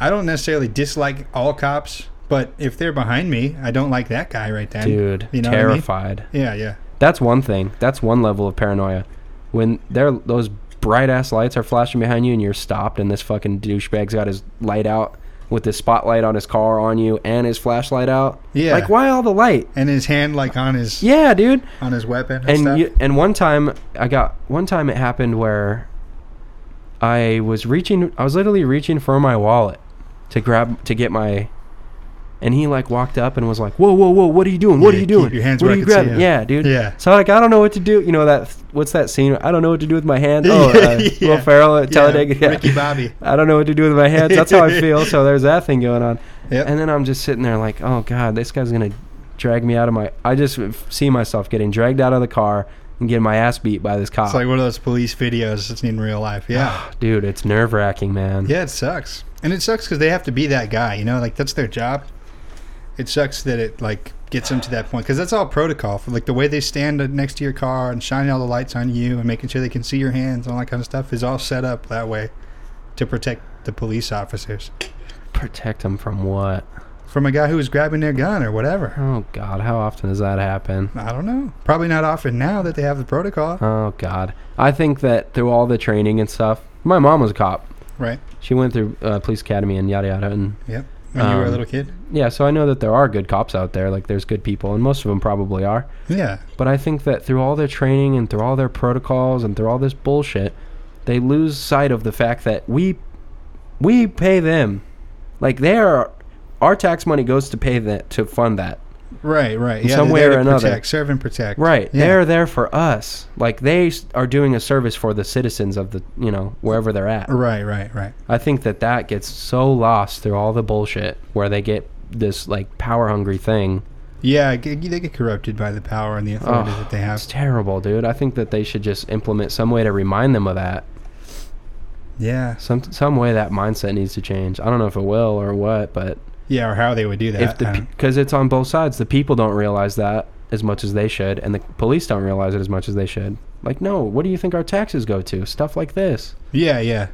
Speaker 2: I don't necessarily dislike all cops, but if they're behind me, I don't like that guy right then.
Speaker 3: dude.
Speaker 2: you know what I mean?
Speaker 3: terrified.
Speaker 2: Yeah, yeah,
Speaker 3: That's one thing. That's one level of paranoia. When there those bright ass lights are flashing behind you and you're stopped and this fucking douchebag's got his light out with his spotlight on his car on you and his flashlight out.
Speaker 2: Yeah.
Speaker 3: Like why all the light?
Speaker 2: and his hand like on his
Speaker 3: Yeah, dude.
Speaker 2: on his weapon and,
Speaker 3: And
Speaker 2: stuff.
Speaker 3: you, and one time I got one time it happened where I was reaching I was literally reaching for my wallet to grab to get my and he like walked up and was like, "Whoa, whoa, whoa! What are you doing? What
Speaker 2: Yeah,
Speaker 3: are you
Speaker 2: keep
Speaker 3: doing?
Speaker 2: your hands
Speaker 3: what
Speaker 2: where
Speaker 3: are
Speaker 2: I
Speaker 3: you
Speaker 2: can see
Speaker 3: grabbing?"
Speaker 2: you.
Speaker 3: Yeah, dude.
Speaker 2: Yeah.
Speaker 3: So like, I don't know what to do. You know that what's that scene? I don't know what to do with my hands. Oh, uh,
Speaker 2: Yeah.
Speaker 3: Will Ferrell at Talladega. Yeah.
Speaker 2: Ricky Bobby.
Speaker 3: I don't know what to do with my hands. That's how I feel. So there's that thing going on.
Speaker 2: Yep.
Speaker 3: And then I'm just sitting there like, oh god, this guy's gonna drag me out of my. I just see myself getting dragged out of the car and getting my ass beat by this cop.
Speaker 2: It's like one of those police videos that's in real life. Yeah.
Speaker 3: Dude, Ah. it's nerve wracking, man.
Speaker 2: yeah, it sucks. And it sucks because they have to be that guy, you know? Like, that's their job. It sucks that it, like, gets them to that point because that's all protocol for, like, the way they stand next to your car and shining all the lights on you and making sure they can see your hands and all that kind of stuff is all set up that way to protect the police officers
Speaker 3: Protect him from what?
Speaker 2: from a guy who was grabbing their gun or whatever.
Speaker 3: Oh god, how often does that happen?
Speaker 2: I don't know. Probably not often now that they have the protocol,
Speaker 3: Oh god, I think that through all the training and stuff, my mom was a cop.
Speaker 2: right?
Speaker 3: She went through uh, police academy and yada yada, and
Speaker 2: Yep. When you were a
Speaker 3: Um,
Speaker 2: little kid.
Speaker 3: yeah. So I know that there are good cops out there. Like there's good people, and most of them probably are.
Speaker 2: Yeah.
Speaker 3: But I think that through all their training and through all their protocols and through all this bullshit, they lose sight of the fact that we we pay them. Like they are our tax money goes to pay that to fund that.
Speaker 2: Right, right.
Speaker 3: In
Speaker 2: Yeah,
Speaker 3: some
Speaker 2: they're
Speaker 3: way
Speaker 2: there
Speaker 3: or
Speaker 2: to
Speaker 3: another.
Speaker 2: Protect, serve and protect.
Speaker 3: Right.
Speaker 2: Yeah.
Speaker 3: They're there for us. Like they s- are doing a service for the citizens of the, you know, wherever they're at.
Speaker 2: Right, right, right.
Speaker 3: I think that that gets so lost through all the bullshit where they get this like power hungry thing.
Speaker 2: Yeah, g- g- they get corrupted by the power and the authority
Speaker 3: Oh,
Speaker 2: that they
Speaker 3: It's
Speaker 2: have.
Speaker 3: terrible, dude. I think that they should just implement some way to remind them of that.
Speaker 2: Yeah,
Speaker 3: some some way that mindset needs to change. I don't know if it will or what, but
Speaker 2: yeah, or how they would do that.
Speaker 3: if the
Speaker 2: um,
Speaker 3: because it's on both sides, the people don't realize that as much as they should, and the police don't realize it as much as they should. Like, no, what do you think our taxes go to? Stuff like this.
Speaker 2: yeah, yeah,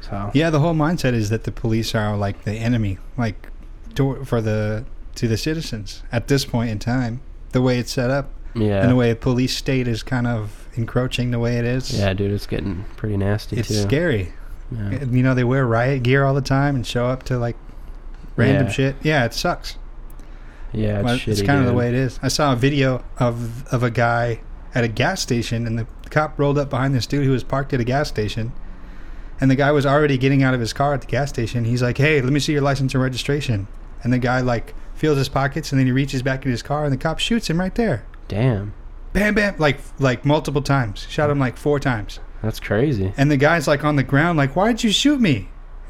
Speaker 3: So
Speaker 2: yeah. The whole mindset is that the police are like the enemy, like to, for the to the citizens at this point in time. The way it's set up and the
Speaker 3: yeah,
Speaker 2: way a police state is kind of encroaching the way it is.
Speaker 3: yeah, dude, it's getting pretty nasty
Speaker 2: it's
Speaker 3: too.
Speaker 2: scary.
Speaker 3: Yeah.
Speaker 2: And, You know, they wear riot gear all the time and show up to like random
Speaker 3: Yeah.
Speaker 2: shit. Yeah, it sucks.
Speaker 3: Yeah, it's,
Speaker 2: Well,
Speaker 3: shitty,
Speaker 2: it's kind of the
Speaker 3: dude.
Speaker 2: way it is. I saw a video of of a guy at a gas station, and the cop rolled up behind this dude who was parked at a gas station, and the guy was already getting out of his car at the gas station. He's like, "Hey, let me see your license and registration," and the guy like feels his pockets, and then he reaches back in his car, and the cop shoots him right there.
Speaker 3: Damn,
Speaker 2: Bam, bam, like like multiple times. Shot him like four times,
Speaker 3: that's crazy.
Speaker 2: and the guy's like on the ground, like, "Why'd you shoot me?"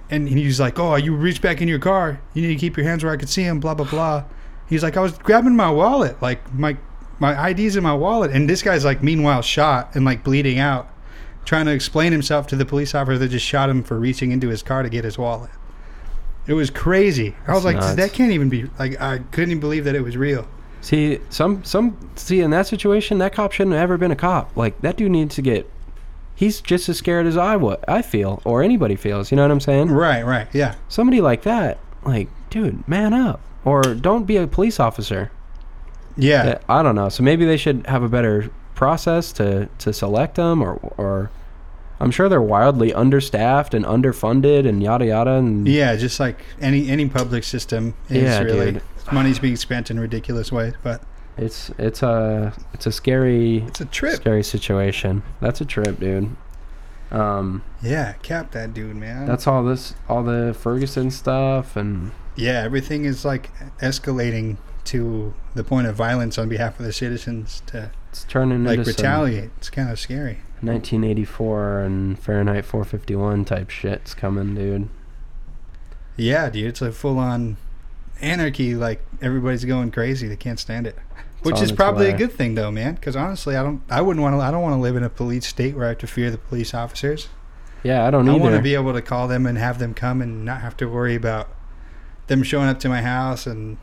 Speaker 2: And he's like, "Oh, you reached back in your car. You need to keep your hands where I could see him." Blah blah blah. He's like, "I was grabbing my wallet, like my my ID's in my wallet." And this guy's like, meanwhile, shot and like bleeding out, trying to explain himself to the police officer that just shot him for reaching into his car to get his wallet. It was crazy. I was
Speaker 3: That's
Speaker 2: like,
Speaker 3: nuts.
Speaker 2: "That can't even be." Like, I couldn't even believe that it was real.
Speaker 3: See, some some see in that situation, that cop shouldn't have ever been a cop. Like that dude needs to get. He's just as scared as I wa I feel, or anybody feels. You know what I'm saying?
Speaker 2: Right, right, yeah,
Speaker 3: somebody like that, like, dude, man up. Or don't be a police officer.
Speaker 2: yeah.
Speaker 3: Uh, I don't know. So maybe they should have a better process to, to select them, or or I'm sure they're wildly understaffed and underfunded and yada yada. And
Speaker 2: Yeah, just like any any public system is
Speaker 3: Yeah,
Speaker 2: really
Speaker 3: dude.
Speaker 2: money's being spent in ridiculous ways, but
Speaker 3: it's it's a it's a scary
Speaker 2: it's a trip.
Speaker 3: scary situation. That's a trip, dude. Um,
Speaker 2: Yeah, cap that dude, man.
Speaker 3: that's all this all the Ferguson stuff and
Speaker 2: yeah, everything is like escalating to the point of violence on behalf of the citizens to
Speaker 3: it's turning
Speaker 2: like
Speaker 3: into some
Speaker 2: retaliate. It's kind of scary.
Speaker 3: 1984 and Fahrenheit 451 type shit's coming, dude.
Speaker 2: Yeah, dude, it's a full on anarchy. Like everybody's going crazy. They can't stand it. Which
Speaker 3: on
Speaker 2: is
Speaker 3: its
Speaker 2: probably a
Speaker 3: way.
Speaker 2: good thing, though, man. Because honestly, I don't, I wouldn't want to, I don't want to live in a police state where I have to fear the police officers.
Speaker 3: Yeah, I don't
Speaker 2: I
Speaker 3: either.
Speaker 2: want to be able to call them and have them come and not have to worry about them showing up to my house and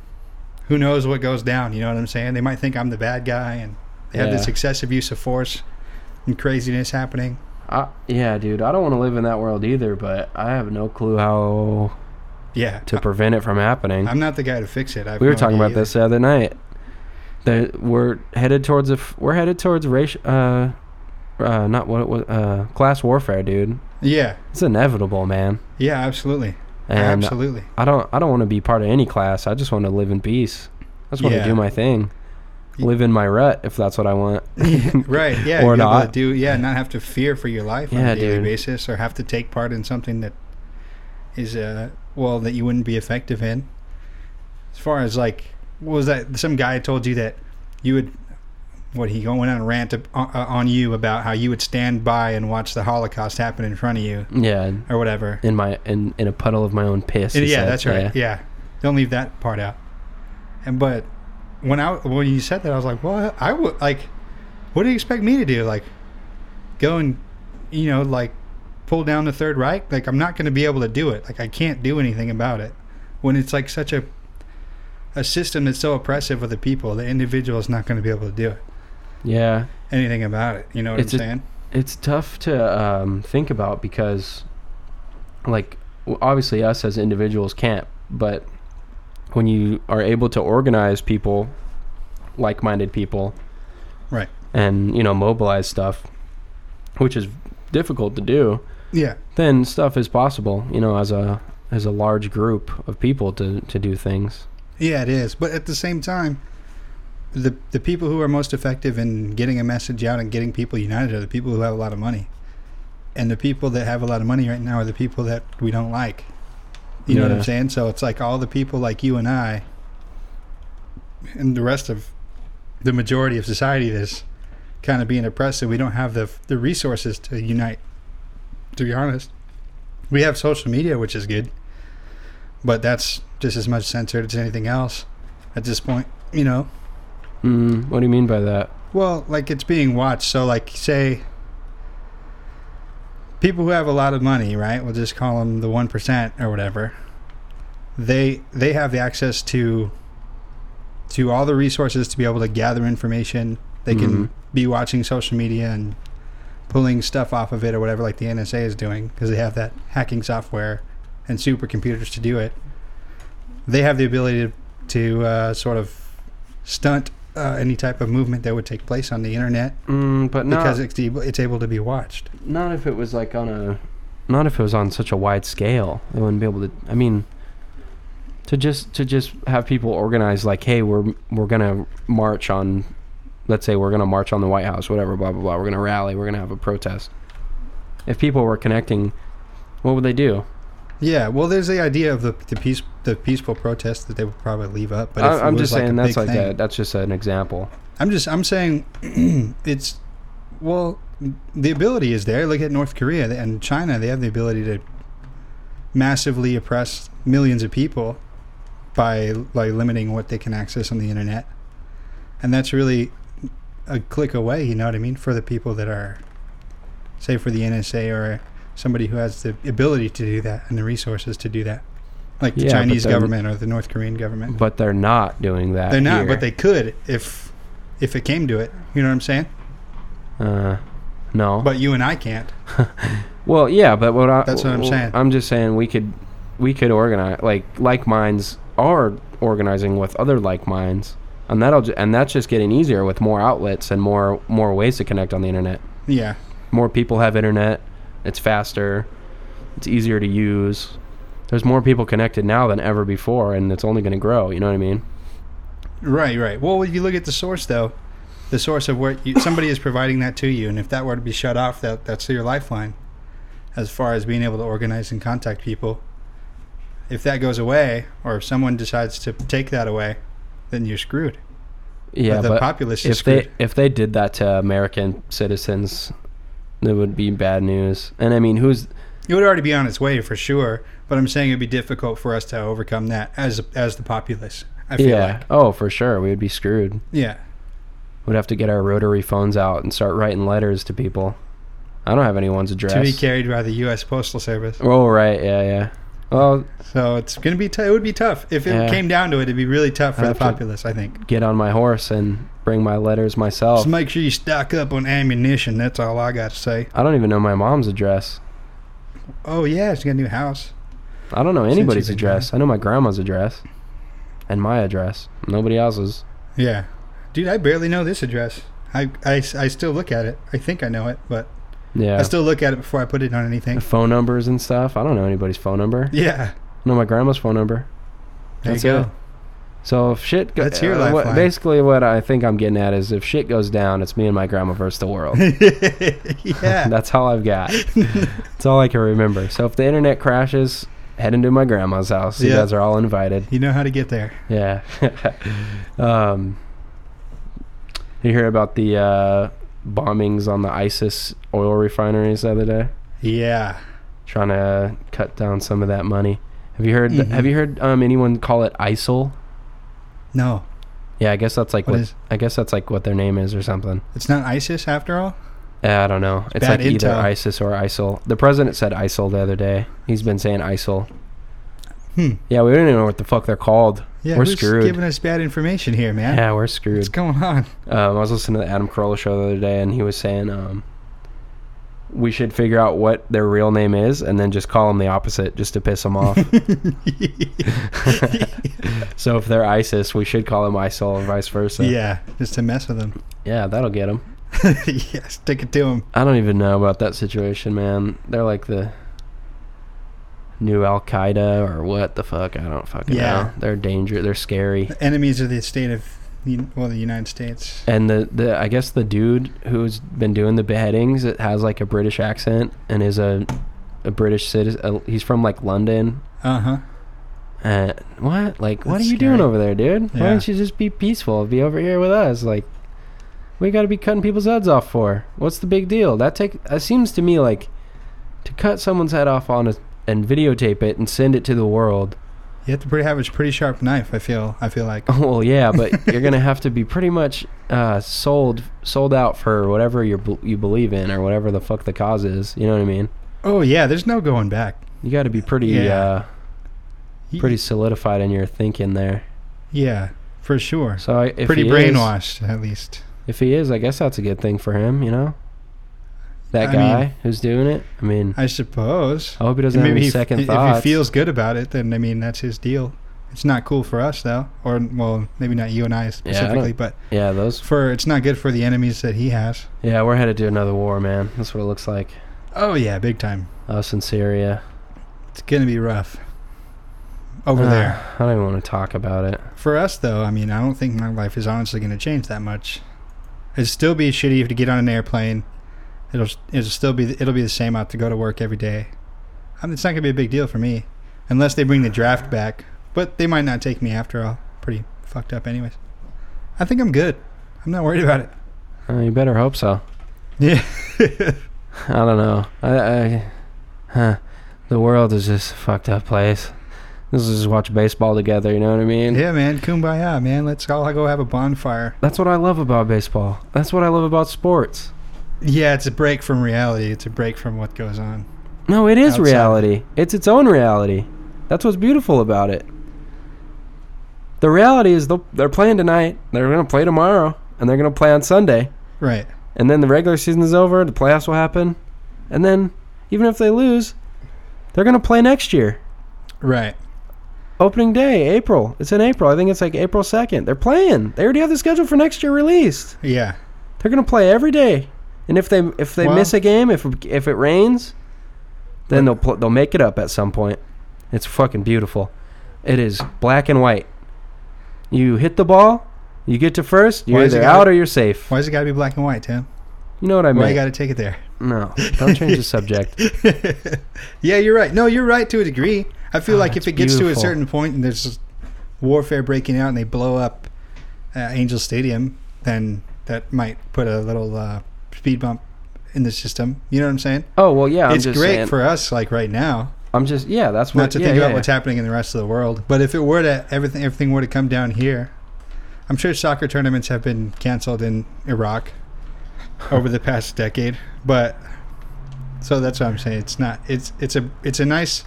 Speaker 2: who knows what goes down. You know what I'm saying? They might think I'm the bad guy and they have this
Speaker 3: Yeah.
Speaker 2: excessive use of force and craziness happening.
Speaker 3: I, yeah, dude, I don't want to live in that world either, but I have no clue how
Speaker 2: Yeah.
Speaker 3: to prevent it from happening.
Speaker 2: I, am not the guy to fix it. I have
Speaker 3: we were
Speaker 2: no
Speaker 3: talking
Speaker 2: idea
Speaker 3: about this the other night. That we're headed towards a f- we're headed towards race uh, uh not what it was uh class warfare, dude.
Speaker 2: either. Yeah.
Speaker 3: It's inevitable, man.
Speaker 2: Yeah, absolutely.
Speaker 3: And
Speaker 2: absolutely.
Speaker 3: I don't I don't want to be part of any class. I just want to live in peace. I just want
Speaker 2: Yeah.
Speaker 3: to do my thing.
Speaker 2: Y-
Speaker 3: Live in my rut if that's what I want.
Speaker 2: right. Yeah.
Speaker 3: Or
Speaker 2: you're able
Speaker 3: not.
Speaker 2: To do, yeah. Not have to fear for your life on
Speaker 3: Yeah,
Speaker 2: a daily
Speaker 3: dude.
Speaker 2: basis or have to take part in something that is, uh, well, that you wouldn't be effective in. as far as like what was that some guy told you that you would what he went on a rant ab- on- on you about how you would stand by and watch the Holocaust happen in front of you
Speaker 3: Yeah,
Speaker 2: or whatever.
Speaker 3: in my in in a puddle of my own piss.
Speaker 2: And
Speaker 3: he
Speaker 2: yeah,
Speaker 3: said.
Speaker 2: that's right. Yeah. don't leave that part out. And but when I when you said that, I was like, well, I would like, what do you expect me to do? Like, go and you know like pull down the Third Reich? Like, I'm not going to be able to do it. Like, I can't do anything about it when it's like such a a system that's so oppressive of the people. The individual is not going to be able to do it,
Speaker 3: Yeah,
Speaker 2: anything about it. You know what
Speaker 3: It's
Speaker 2: I'm
Speaker 3: a-
Speaker 2: saying?
Speaker 3: it's tough to um, think about because, like, w- obviously us as individuals can't, but when you are able to organize people, like-minded people,
Speaker 2: Right.
Speaker 3: and you know mobilize stuff, which is difficult to do,
Speaker 2: Yeah.
Speaker 3: then stuff is possible. You know, as a as a large group of people to to do things.
Speaker 2: Yeah, it is. But at the same time, the the people who are most effective in getting a message out and getting people united are the people who have a lot of money. And the people that have a lot of money right now are the people that we don't like. You know what
Speaker 3: Yeah.
Speaker 2: I'm saying? So it's like all the people like you and I and the rest of the majority of society that's kind of being oppressed and we don't have the the resources to unite to be honest. We have social media which is good but that's just as much censored as anything else at this point you know
Speaker 3: Mm, what do you mean by that?
Speaker 2: well like it's being watched so like say people who have a lot of money right we'll just call them the 1% or whatever they they have the access to to all the resources to be able to gather information they can
Speaker 3: Mhm.
Speaker 2: be watching social media and pulling stuff off of it or whatever like the NSA is doing because they have that hacking software and supercomputers to do it they have the ability to, to uh, sort of stunt uh, any type of movement that would take place on the internet
Speaker 3: Mm, but not
Speaker 2: because it's, able, it's able to be watched.
Speaker 3: Not if it was like on a, not if it was on such a wide scale. They wouldn't be able to. I mean, to just to just have people organize like, hey, we're we're gonna march on, let's say we're gonna march on the White House, whatever, blah blah blah. We're gonna rally. We're gonna have a protest. If people were connecting, what would they do?
Speaker 2: Yeah, well, there's the idea of the the peace the peaceful protest that they would probably leave up. But if
Speaker 3: I,
Speaker 2: it
Speaker 3: I'm
Speaker 2: was
Speaker 3: just
Speaker 2: like
Speaker 3: saying
Speaker 2: a
Speaker 3: that's
Speaker 2: big
Speaker 3: like
Speaker 2: thing-
Speaker 3: a, that's just an example.
Speaker 2: I'm just I'm saying it's well the ability is there. Look at North Korea and China; they have the ability to massively oppress millions of people by by limiting what they can access on the internet, and that's really a click away. You know what I mean? For the people that are, say, for the NSA or somebody who has the ability to do that and the resources to do that, like the
Speaker 3: Yeah, but
Speaker 2: Chinese
Speaker 3: then-
Speaker 2: government or the North Korean government.
Speaker 3: But they're not doing that.
Speaker 2: They're not,
Speaker 3: here.
Speaker 2: but they could if if it came to it. You know what I'm saying?
Speaker 3: Uh, no.
Speaker 2: But you and I can't.
Speaker 3: Well, yeah, but what I,
Speaker 2: That's what I'm
Speaker 3: well,
Speaker 2: saying.
Speaker 3: I'm just saying we could we could organize like like minds are organizing with other like minds, and that'll ju- and that's just getting easier with more outlets and more more ways to connect on the internet.
Speaker 2: Yeah.
Speaker 3: More people have internet. It's faster. It's easier to use. There's more people connected now than ever before, and it's only going to grow. You know what I mean?
Speaker 2: Right, right. Well, if you look at the source though, the source of where you, somebody is providing that to you, and if that were to be shut off, that that's your lifeline. As far as being able to organize and contact people, if that goes away, or if someone decides to take that away, then you're screwed.
Speaker 3: Yeah,
Speaker 2: the
Speaker 3: but
Speaker 2: populace is
Speaker 3: if they
Speaker 2: screwed.
Speaker 3: if they did that to American citizens, it would be bad news. And I mean, who's
Speaker 2: It would already be on its way for sure, but I'm saying it'd be difficult for us to overcome that as as the populace. I feel
Speaker 3: yeah?
Speaker 2: like
Speaker 3: Oh, for sure, we would be screwed.
Speaker 2: yeah.
Speaker 3: We'd have to get our rotary phones out and start writing letters to people. I don't have anyone's address.
Speaker 2: to be carried by the U.S. Postal Service.
Speaker 3: oh right, yeah, yeah. Well,
Speaker 2: So it's gonna be t- it would be tough if it
Speaker 3: Yeah.
Speaker 2: came down to it. It'd be really tough for
Speaker 3: I'd
Speaker 2: the
Speaker 3: have to-
Speaker 2: populace, I think.
Speaker 3: get on my horse and bring my letters myself.
Speaker 2: Just make sure you stock up on ammunition. That's all I got to say.
Speaker 3: I don't even know my mom's address.
Speaker 2: Oh yeah, she got a new house.
Speaker 3: I don't know
Speaker 2: Since you've
Speaker 3: anybody's
Speaker 2: been
Speaker 3: address. I know my grandma's address and my address. Nobody else's.
Speaker 2: Yeah, dude, I barely know this address. I, I, I still look at it. I think I know it, but
Speaker 3: Yeah.
Speaker 2: I still look at it before I put it on anything.
Speaker 3: phone numbers and stuff. I don't know anybody's phone number.
Speaker 2: Yeah,
Speaker 3: I know my grandma's phone number.
Speaker 2: there
Speaker 3: That's
Speaker 2: you go.
Speaker 3: it. So if shit, go- uh,
Speaker 2: That's your
Speaker 3: what-
Speaker 2: lifeline.
Speaker 3: basically what I think I'm getting at is if shit goes down, it's me and my grandma versus the world.
Speaker 2: yeah,
Speaker 3: That's all I've got. That's all I can remember. So if the internet crashes, heading to my grandma's house. You
Speaker 2: Yeah.
Speaker 3: guys are all invited.
Speaker 2: You know how to get there.
Speaker 3: Yeah. um, you hear about the uh, bombings on the ISIS oil refineries the other day?
Speaker 2: Yeah.
Speaker 3: Trying to cut down some of that money. Have you heard?
Speaker 2: Mhm.
Speaker 3: Have you heard um, anyone call it ISIL?
Speaker 2: No,
Speaker 3: Yeah, I guess that's like
Speaker 2: What
Speaker 3: what,
Speaker 2: is-
Speaker 3: I guess that's like what their name is or something.
Speaker 2: it's not ISIS after all.
Speaker 3: Uh, I don't know. It's
Speaker 2: bad
Speaker 3: like either
Speaker 2: intel.
Speaker 3: ISIS or ISIL. The president said ISIL the other day. He's been saying ISIL.
Speaker 2: Hmm.
Speaker 3: Yeah, we don't even know what the fuck they're called.
Speaker 2: Yeah,
Speaker 3: We're
Speaker 2: who's
Speaker 3: screwed.
Speaker 2: Giving us bad information here, man.
Speaker 3: Yeah, we're
Speaker 2: What's
Speaker 3: screwed.
Speaker 2: going on?
Speaker 3: Um, I was listening to the Adam Carolla show the other day, and he was saying um, we should figure out what their real name is, and then just call them the opposite, just to piss them off. so if they're ISIS, we should call them ISIL, and vice versa.
Speaker 2: yeah, just to mess with them.
Speaker 3: yeah, that'll get them.
Speaker 2: yeah, stick it to them.
Speaker 3: I don't even know about that situation, man. They're like the new Al Qaeda or what the fuck? I don't fucking
Speaker 2: Yeah.
Speaker 3: know. They're dangerous. They're scary.
Speaker 2: The enemies of the state of the- well, the United States.
Speaker 3: And the, the I guess the dude who's been doing the beheadings it has like a British accent and is a a British citizen. Uh, he's from like London.
Speaker 2: Uh huh.
Speaker 3: Uh, what? Like, what are
Speaker 2: That's
Speaker 3: you
Speaker 2: scary.
Speaker 3: doing over there, dude? Why
Speaker 2: Yeah.
Speaker 3: don't you just be peaceful? Be over here with us. Like, we got to be cutting people's heads off for. What's the big deal? That take. That seems to me like to cut someone's head off on a and videotape it and send it to the world.
Speaker 2: You have to pretty have a pretty sharp knife. I feel. I feel like.
Speaker 3: Well, yeah, but you're gonna have to be pretty much uh, sold sold out for whatever you you believe in or whatever the fuck the cause is. You know what I mean?
Speaker 2: Oh yeah, there's no going back.
Speaker 3: You got to be pretty
Speaker 2: Yeah.
Speaker 3: uh,
Speaker 2: Y-
Speaker 3: pretty solidified in your thinking there.
Speaker 2: Yeah, for sure.
Speaker 3: So I, if
Speaker 2: pretty
Speaker 3: he is-
Speaker 2: brainwashed, at least.
Speaker 3: If he is, I guess that's a good thing for him, you know? That
Speaker 2: I
Speaker 3: guy
Speaker 2: mean-
Speaker 3: who's doing it. I mean, I,
Speaker 2: I suppose.
Speaker 3: hope Oh, he doesn't have
Speaker 2: maybe
Speaker 3: any
Speaker 2: he,
Speaker 3: second
Speaker 2: if
Speaker 3: thoughts.
Speaker 2: he feels good about it, then I mean that's his deal. It's not cool for us though, or well, maybe not you and I specifically, but
Speaker 3: yeah, those.
Speaker 2: for it's not good for the enemies that he has.
Speaker 3: Yeah, we're headed to another war, man. That's what it looks like.
Speaker 2: Oh yeah, big time.
Speaker 3: Us in Syria.
Speaker 2: It's gonna be rough over
Speaker 3: Ah,
Speaker 2: there.
Speaker 3: I don't even want to talk about it.
Speaker 2: For us though, I mean, I don't think my life is honestly gonna change that much. It'd still be shitty if to get on an airplane. It'll it'll still be it'll be the same. I have to go to work every day. I mean, it's not gonna be a big deal for me, unless they bring the draft back. But they might not take me after all. Pretty fucked up, anyways. I think I'm good. I'm not worried about it.
Speaker 3: Uh, you better hope so.
Speaker 2: Yeah.
Speaker 3: I don't know. I, I huh, The world is just a fucked up place. Let's just watch baseball together, you know what I mean?
Speaker 2: yeah, man. Kumbaya, man. Let's all go have a bonfire.
Speaker 3: That's what I love about baseball. That's what I love about sports.
Speaker 2: Yeah, it's a break from reality. It's a break from what goes on.
Speaker 3: No, it is
Speaker 2: Outside.
Speaker 3: reality. It's its own reality. That's what's beautiful about it. The reality is they'll- they're playing tonight, they're going to play tomorrow, and they're going to play on Sunday.
Speaker 2: Right.
Speaker 3: And then the regular season is over, the playoffs will happen. And then, even if they lose, they're going to play next year.
Speaker 2: Right.
Speaker 3: Opening day, April. It's in April. I think it's like April 2nd. They're playing. They already have the schedule for next year released.
Speaker 2: Yeah.
Speaker 3: They're going to play every day. And if they if they
Speaker 2: Well-
Speaker 3: miss a game, if if it rains, then they'll pl- they'll make it up at some point. It's fucking beautiful. It is black and white. You hit the ball, you get to first, you're
Speaker 2: Why is it
Speaker 3: either
Speaker 2: gotta-
Speaker 3: out or you're safe.
Speaker 2: Why's it gotta be black and white, Tim?
Speaker 3: You know what I
Speaker 2: Why
Speaker 3: mean?
Speaker 2: you gotta take it there?
Speaker 3: no, don't change the subject.
Speaker 2: yeah, you're right. No, you're right to a degree. I feel
Speaker 3: Ah,
Speaker 2: like if
Speaker 3: it's
Speaker 2: it gets to a
Speaker 3: beautiful.
Speaker 2: certain point and there's just warfare breaking out and they blow up uh, Angel Stadium, then that might put a little uh, speed bump in the system. You know what I'm saying?
Speaker 3: Oh well, yeah. I'm
Speaker 2: it's
Speaker 3: just
Speaker 2: great
Speaker 3: saying-
Speaker 2: for us, like right now,
Speaker 3: I'm just yeah. That's what.
Speaker 2: not to
Speaker 3: yeah,
Speaker 2: think
Speaker 3: yeah,
Speaker 2: about
Speaker 3: yeah.
Speaker 2: what's happening in the rest of the world. But if it were to everything, everything were to come down here, I'm sure soccer tournaments have been canceled in Iraq over the past decade. But so that's what I'm saying. It's not. It's it's a it's a nice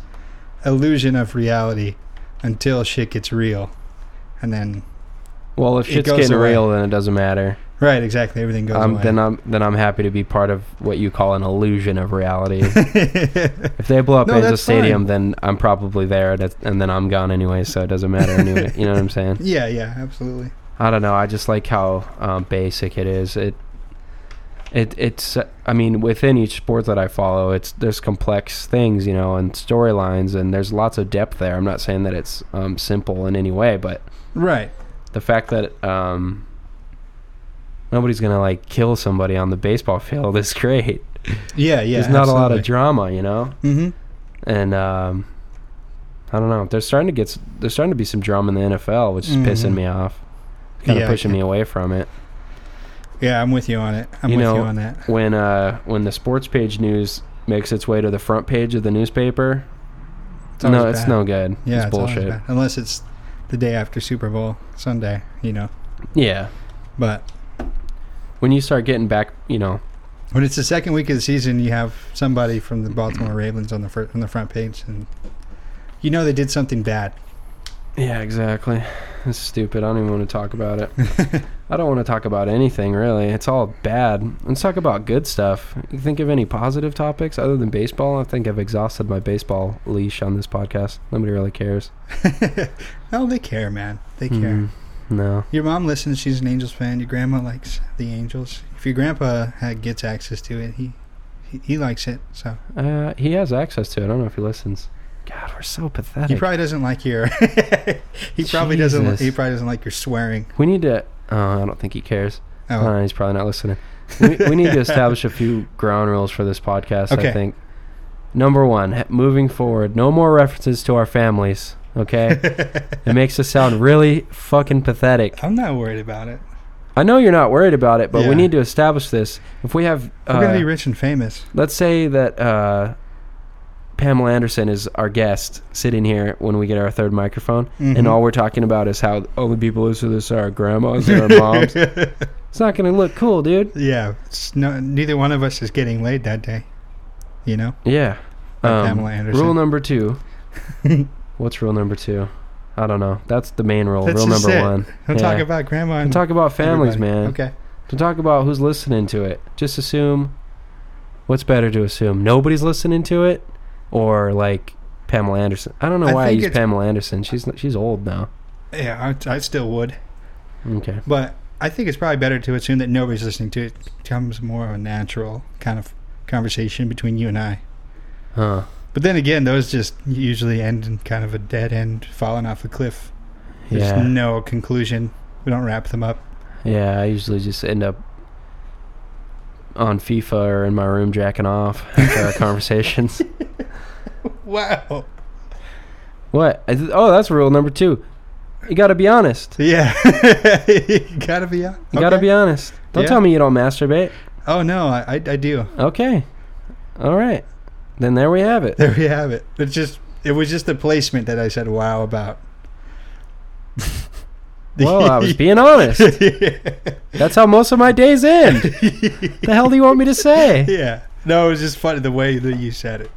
Speaker 2: illusion of reality until shit gets real, and then
Speaker 3: Well, if
Speaker 2: it
Speaker 3: shit's
Speaker 2: goes
Speaker 3: getting
Speaker 2: away.
Speaker 3: real, then it doesn't matter.
Speaker 2: right, exactly, everything goes
Speaker 3: Um,
Speaker 2: away.
Speaker 3: then I'm then I'm happy to be part of what you call an illusion of reality. If they blow up
Speaker 2: No,
Speaker 3: Angel
Speaker 2: that's
Speaker 3: Stadium, then I'm probably there, that's- and then I'm gone anyway, so it doesn't matter anyway. you know what I'm saying?
Speaker 2: yeah, yeah, absolutely.
Speaker 3: I don't know. I just like how um, basic it is. It, it, it's. uh, I mean, within each sport that I follow, it's there's complex things, you know, and storylines, and there's lots of depth there. I'm not saying that it's um, simple in any way, but
Speaker 2: Right.
Speaker 3: the fact that um, nobody's gonna like kill somebody on the baseball field is great.
Speaker 2: Yeah, Mm-hmm. yeah.
Speaker 3: there's not a lot of drama, you know.
Speaker 2: hmm
Speaker 3: and um, I don't know. They're starting to get. s- They're starting to be some drum in the NFL, which is pissing
Speaker 2: Mhm.
Speaker 3: me off. Kind of
Speaker 2: Yeah.
Speaker 3: pushing me away from it.
Speaker 2: Yeah, I'm with you on it. I'm
Speaker 3: You
Speaker 2: with
Speaker 3: know-
Speaker 2: you on that.
Speaker 3: When uh, when the sports page news makes its way to the front page of the newspaper,
Speaker 2: always
Speaker 3: no, it's
Speaker 2: bad.
Speaker 3: no good.
Speaker 2: Yeah,
Speaker 3: it's,
Speaker 2: always
Speaker 3: bullshit.
Speaker 2: bad. Unless it's the day after Super Bowl Sunday, you know.
Speaker 3: Yeah,
Speaker 2: But
Speaker 3: when you start getting back, you know,
Speaker 2: when it's the second week of the season, you have somebody from the Baltimore Ravens on the fir- on the front page, and you know they did something bad.
Speaker 3: Yeah, exactly. It's stupid. I don't even want to talk about it. I don't want to talk about anything really. It's all bad. Let's talk about good stuff. You think of any positive topics other than baseball? I think I've exhausted my baseball leash on this podcast. Nobody really cares.
Speaker 2: oh, they care, man. They care.
Speaker 3: Mm, no.
Speaker 2: Your mom listens. She's an Angels fan. Your grandma likes the Angels. If your grandpa had, gets access to it, he, he he likes it. So
Speaker 3: Uh, he has access to it. I don't know if he listens. God, we're so pathetic.
Speaker 2: he probably doesn't like your. he probably doesn't.
Speaker 3: Jesus.
Speaker 2: He probably doesn't like your swearing.
Speaker 3: we need to. Oh, I don't think he cares.
Speaker 2: Oh,
Speaker 3: Uh, he's probably not listening. We, we need to establish a few ground rules for this podcast. I
Speaker 2: Okay.
Speaker 3: think. Number one, h- moving forward, no more references to our families. Okay, it makes us sound really fucking pathetic.
Speaker 2: I'm not worried about it.
Speaker 3: I know you're not worried about it, but
Speaker 2: Yeah.
Speaker 3: we need to establish this. If we have,
Speaker 2: We're gonna be
Speaker 3: uh,
Speaker 2: rich and famous.
Speaker 3: let's say that uh, Pamela Anderson is our guest sitting here when we get our third microphone,
Speaker 2: Mhm.
Speaker 3: and all we're talking about is how all the people who listen to this are our grandmas and our moms. it's not going to look cool, dude.
Speaker 2: Yeah, it's no, neither one of us is getting laid that day. You know,
Speaker 3: Yeah. Um,
Speaker 2: Like Pamela Anderson.
Speaker 3: Rule number two. What's rule number two? I don't know. That's the main rule.
Speaker 2: That's
Speaker 3: rule
Speaker 2: just
Speaker 3: number
Speaker 2: it.
Speaker 3: one.
Speaker 2: don't
Speaker 3: yeah.
Speaker 2: talk about grandma.
Speaker 3: Don't
Speaker 2: And
Speaker 3: talk about families,
Speaker 2: everybody.
Speaker 3: man.
Speaker 2: Okay.
Speaker 3: Don't talk about who's listening to it. Just assume. What's better to assume? Nobody's listening to it, or like Pamela Anderson. I don't know
Speaker 2: I
Speaker 3: why I
Speaker 2: think
Speaker 3: use
Speaker 2: it's-
Speaker 3: Pamela Anderson. She's n- she's old now.
Speaker 2: Yeah, I, I still would,
Speaker 3: Okay.
Speaker 2: but I think it's probably better to assume that nobody's listening to it. Becomes more of a natural kind of conversation between you and I.
Speaker 3: Huh.
Speaker 2: But then again, those just usually end in kind of a dead end, falling off a cliff. There's
Speaker 3: Yeah.
Speaker 2: no conclusion. We don't wrap them up.
Speaker 3: Yeah. I usually just end up on FIFA or in my room jacking off after our conversations.
Speaker 2: Wow.
Speaker 3: What? I th- Oh, that's rule number two. You gotta be honest.
Speaker 2: Yeah. you gotta be. You
Speaker 3: You gotta be honest. Don't
Speaker 2: Yeah.
Speaker 3: tell me you don't masturbate.
Speaker 2: Oh no, I, I, I do.
Speaker 3: Okay. All right. Then there we have it.
Speaker 2: There we have it. It's just it was just the placement that I said wow about.
Speaker 3: Well, I was being honest. That's how most of my days end. the hell do you want me to say?
Speaker 2: yeah. No, it was just funny the way that you said it.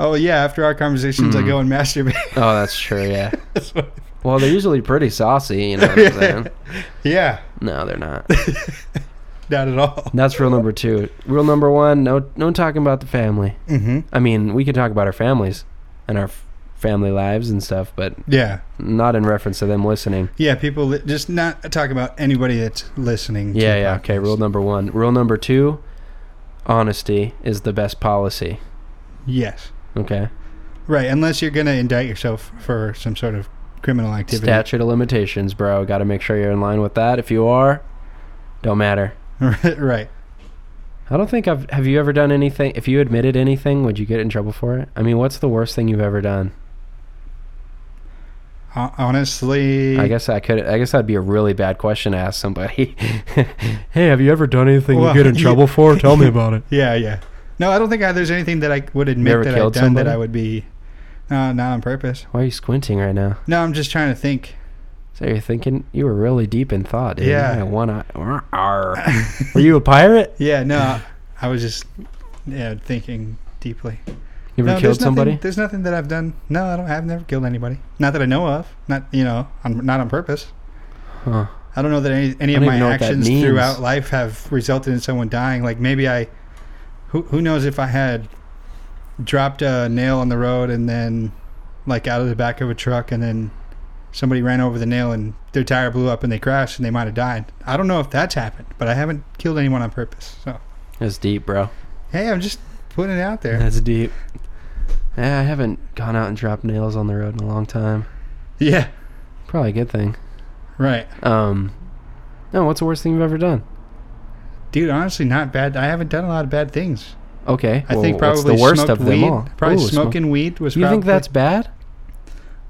Speaker 2: Oh yeah, after our conversations, I
Speaker 3: Mm.
Speaker 2: go and masturbate.
Speaker 3: Oh, that's true. Yeah.
Speaker 2: That's what-
Speaker 3: Well, they're usually pretty saucy. You know what I'm saying?
Speaker 2: yeah,
Speaker 3: No, they're not.
Speaker 2: not at all.
Speaker 3: That's rule number two. Rule number one: no, no talking about the family.
Speaker 2: Mm-hmm.
Speaker 3: I mean, we could talk about our families and our f- family lives and stuff, but
Speaker 2: Yeah,
Speaker 3: not in reference to them listening.
Speaker 2: yeah. People li- just not talk about anybody that's listening. to
Speaker 3: Yeah,
Speaker 2: the
Speaker 3: yeah.
Speaker 2: podcast.
Speaker 3: Okay, rule number one. Rule number two honesty is the best policy.
Speaker 2: Yes,
Speaker 3: Okay.
Speaker 2: right. Unless you're gonna indict yourself for some sort of criminal activity.
Speaker 3: Statute of limitations, bro. Got to make sure you're in line with that. If you are, don't matter.
Speaker 2: right.
Speaker 3: I don't think I've. Have you ever done anything? If you admitted anything, would you get in trouble for it? I mean, what's the worst thing you've ever done?
Speaker 2: Hon- Honestly,
Speaker 3: I guess I could. I guess that'd be a really bad question to ask somebody. hey, have you ever done anything
Speaker 2: Well,
Speaker 3: you get in
Speaker 2: you-
Speaker 3: trouble for? Tell me about it.
Speaker 2: Yeah, yeah. No, I don't think I, there's anything that I would
Speaker 3: ever
Speaker 2: admit that I've
Speaker 3: killed
Speaker 2: done
Speaker 3: somebody?
Speaker 2: that I would be. No, not on purpose.
Speaker 3: Why are you squinting right now?
Speaker 2: No, I'm just trying to think.
Speaker 3: So you're thinking you were really deep in thought, dude. You
Speaker 2: Yeah.
Speaker 3: had One eye. Were you a pirate?
Speaker 2: Yeah, no, I was just yeah thinking deeply.
Speaker 3: You ever
Speaker 2: no,
Speaker 3: killed
Speaker 2: there's
Speaker 3: somebody?
Speaker 2: Nothing, there's nothing that I've done. No, I don't. I've never killed anybody. Not that I know of. Not you know, on, not on purpose.
Speaker 3: Huh.
Speaker 2: I don't know that any any
Speaker 3: I
Speaker 2: of
Speaker 3: don't even
Speaker 2: my
Speaker 3: know what that
Speaker 2: actions
Speaker 3: means.
Speaker 2: throughout life have resulted in someone dying. Like maybe I, who who knows if I had dropped a nail on the road and then like out of the back of a truck and then somebody ran over the nail and their tire blew up and they crashed and they might have died. I don't know if that's happened, but I haven't killed anyone on purpose. So
Speaker 3: That's deep, bro.
Speaker 2: hey, I'm just putting it out there.
Speaker 3: That's deep. Yeah, I haven't gone out and dropped nails on the road in a long time.
Speaker 2: Yeah,
Speaker 3: Probably a good thing.
Speaker 2: right,
Speaker 3: Um, no, what's the worst thing you've ever done?
Speaker 2: dude. Honestly, not bad. I haven't done a lot of bad things.
Speaker 3: Okay,
Speaker 2: I think
Speaker 3: well,
Speaker 2: probably
Speaker 3: what's the worst
Speaker 2: smoked
Speaker 3: of them
Speaker 2: weed.
Speaker 3: all?
Speaker 2: Probably
Speaker 3: Ooh, smoke-
Speaker 2: smoking weed was.
Speaker 3: You
Speaker 2: probably,
Speaker 3: think that's bad?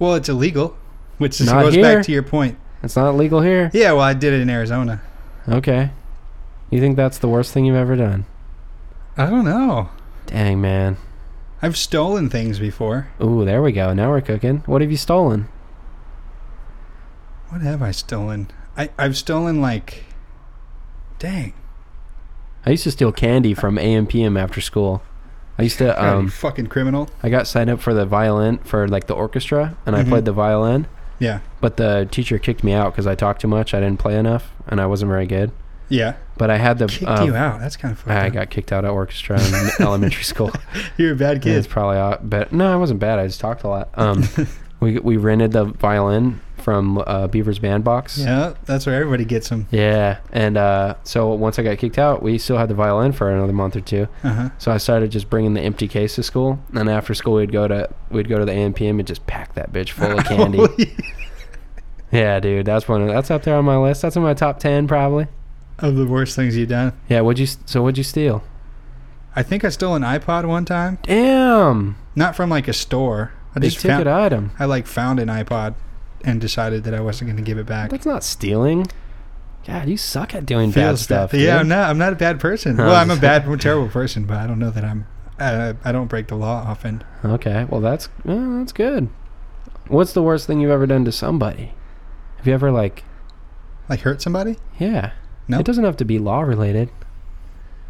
Speaker 2: Well, it's illegal, which
Speaker 3: Not
Speaker 2: goes
Speaker 3: here.
Speaker 2: back to your point.
Speaker 3: It's not legal here.
Speaker 2: Yeah, well, I did it in Arizona.
Speaker 3: Okay. You think that's the worst thing you've ever done?
Speaker 2: I don't know.
Speaker 3: Dang, man.
Speaker 2: I've stolen things before.
Speaker 3: Ooh, there we go. Now we're cooking. What have you stolen?
Speaker 2: What have I stolen? I, I've stolen like, dang,
Speaker 3: I used to steal candy from AMPM after school. I used to
Speaker 2: God, you
Speaker 3: um
Speaker 2: fucking criminal.
Speaker 3: I got signed up for the violin for like the orchestra and I
Speaker 2: Mhm.
Speaker 3: played the violin,
Speaker 2: Yeah,
Speaker 3: but the teacher kicked me out cuz I talked too much. I didn't play enough and I wasn't very good.
Speaker 2: yeah.
Speaker 3: But I had the
Speaker 2: Kicked
Speaker 3: uh,
Speaker 2: you out. That's kind of fucked
Speaker 3: I
Speaker 2: up.
Speaker 3: got kicked out of orchestra in elementary school.
Speaker 2: You're a bad
Speaker 3: Yeah, it's
Speaker 2: kid.
Speaker 3: probably out, but no, I wasn't bad. I just talked a lot. Um, we we rented the violin from uh, Beaver's Bandbox.
Speaker 2: Yeah, that's where everybody gets them.
Speaker 3: Yeah, and uh, so once I got kicked out, we still had the violin for another month or two.
Speaker 2: Uh huh.
Speaker 3: So I started just bringing the empty case to school, and after school we'd go to we'd go to the AMPM and just pack that bitch full of candy. yeah, dude, that's one. Of, that's up there on my list. That's in my top ten probably.
Speaker 2: of the worst things you've done.
Speaker 3: Yeah, what'd you? s- So what'd you steal?
Speaker 2: I think I stole an iPod one time,
Speaker 3: Damn,
Speaker 2: not from like a store. I
Speaker 3: big
Speaker 2: just found,
Speaker 3: ticket item.
Speaker 2: I like found an iPod and decided that I wasn't going to give it back.
Speaker 3: That's not stealing. God, you suck at doing bad
Speaker 2: Feels
Speaker 3: stuff.
Speaker 2: bad. Yeah,
Speaker 3: dude.
Speaker 2: I'm not. I'm not a bad person.
Speaker 3: No,
Speaker 2: well, I'm
Speaker 3: I'm
Speaker 2: a
Speaker 3: just-
Speaker 2: bad, terrible person, but I don't know that I'm. Uh, I don't break the law often.
Speaker 3: Okay, well that's uh, that's good. What's the worst thing you've ever done to somebody? Have you ever like,
Speaker 2: Like hurt somebody?
Speaker 3: yeah?
Speaker 2: No.
Speaker 3: It doesn't have to be law related.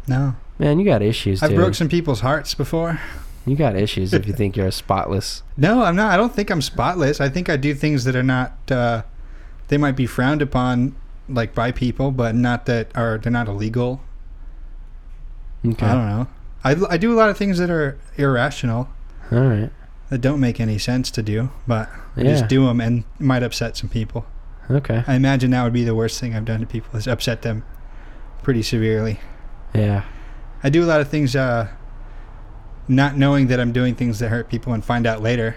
Speaker 2: No.
Speaker 3: Man, you got issues,
Speaker 2: I've
Speaker 3: dude.
Speaker 2: broke some people's hearts before.
Speaker 3: you got issues if you think you're a spotless.
Speaker 2: No, I'm not. I don't think I'm spotless. I think I do things that are not. Uh, they might be frowned upon, like by people, but not that are they're not illegal.
Speaker 3: Okay.
Speaker 2: I don't know. I, I do a lot of things that are irrational
Speaker 3: All right.
Speaker 2: that don't make any sense to do, but I
Speaker 3: Yeah.
Speaker 2: just do them and might upset some people.
Speaker 3: Okay.
Speaker 2: I imagine that would be the worst thing I've done to people is upset them pretty severely.
Speaker 3: Yeah.
Speaker 2: I do a lot of things uh, not knowing that I'm doing things that hurt people and find out later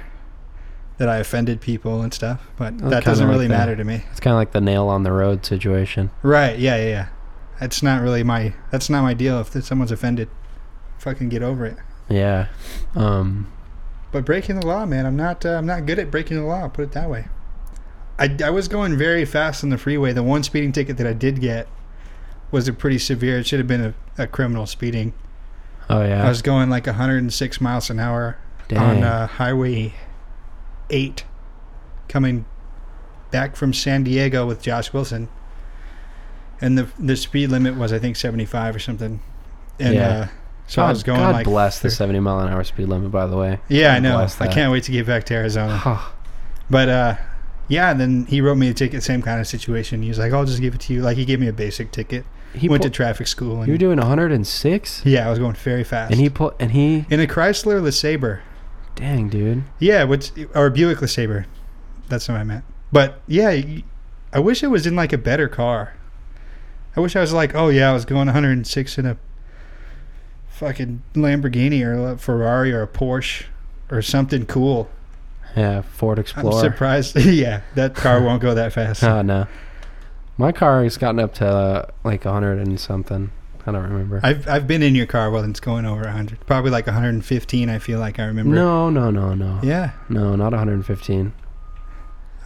Speaker 2: that I offended people and stuff, but that
Speaker 3: Oh, kinda
Speaker 2: doesn't
Speaker 3: like
Speaker 2: really
Speaker 3: that.
Speaker 2: matter to me.
Speaker 3: It's kind of like the nail on the road situation.
Speaker 2: Right, yeah, yeah, yeah. That's not really my that's not my deal if someone's offended. Fucking get over it.
Speaker 3: Yeah. Um.
Speaker 2: But breaking the law, man, I'm not. Uh, I'm not good at breaking the law. Put it that way. I, I was going very fast on the freeway. The one speeding ticket that I did get was a pretty severe. It should have been a, a criminal speeding.
Speaker 3: Oh
Speaker 2: I
Speaker 3: yeah.
Speaker 2: was going like 106 miles an hour
Speaker 3: Dang.
Speaker 2: on uh, Highway 8, coming back from San Diego with Josh Wilson, and the the speed limit was I think 75 or something. And
Speaker 3: Yeah.
Speaker 2: uh, so
Speaker 3: God,
Speaker 2: I was going
Speaker 3: Oh, God
Speaker 2: like
Speaker 3: bless the
Speaker 2: thir-
Speaker 3: 70 mile an hour speed limit. By the way.
Speaker 2: Yeah, I
Speaker 3: God
Speaker 2: know.
Speaker 3: bless
Speaker 2: I
Speaker 3: that.
Speaker 2: can't wait to get back to Arizona.
Speaker 3: Huh.
Speaker 2: But uh, yeah, then he wrote me a ticket, same kind of situation. He was like, "I'll just give it to you." Like he gave me a basic ticket.
Speaker 3: He
Speaker 2: Went
Speaker 3: pull-
Speaker 2: to traffic school. And,
Speaker 3: you were doing 106,
Speaker 2: yeah, I was going very fast.
Speaker 3: and he pulled, and he,
Speaker 2: in a Chrysler LeSabre.
Speaker 3: dang, dude.
Speaker 2: Yeah, which or a Buick LeSabre. That's what I meant. But yeah, y- I wish it was in like a better car. I wish I was like, oh yeah, I was going 106 in a fucking Lamborghini or a Ferrari or a Porsche or something cool.
Speaker 3: Yeah, Ford Explorer.
Speaker 2: I'm surprised. yeah, that car won't go that fast.
Speaker 3: Oh no, my car has gotten up to uh, like a hundred and something. I don't remember.
Speaker 2: I've I've been in your car while it's going over 100. Probably like 115. I feel like I remember.
Speaker 3: no, no, no, no,
Speaker 2: Yeah,
Speaker 3: no, not 115.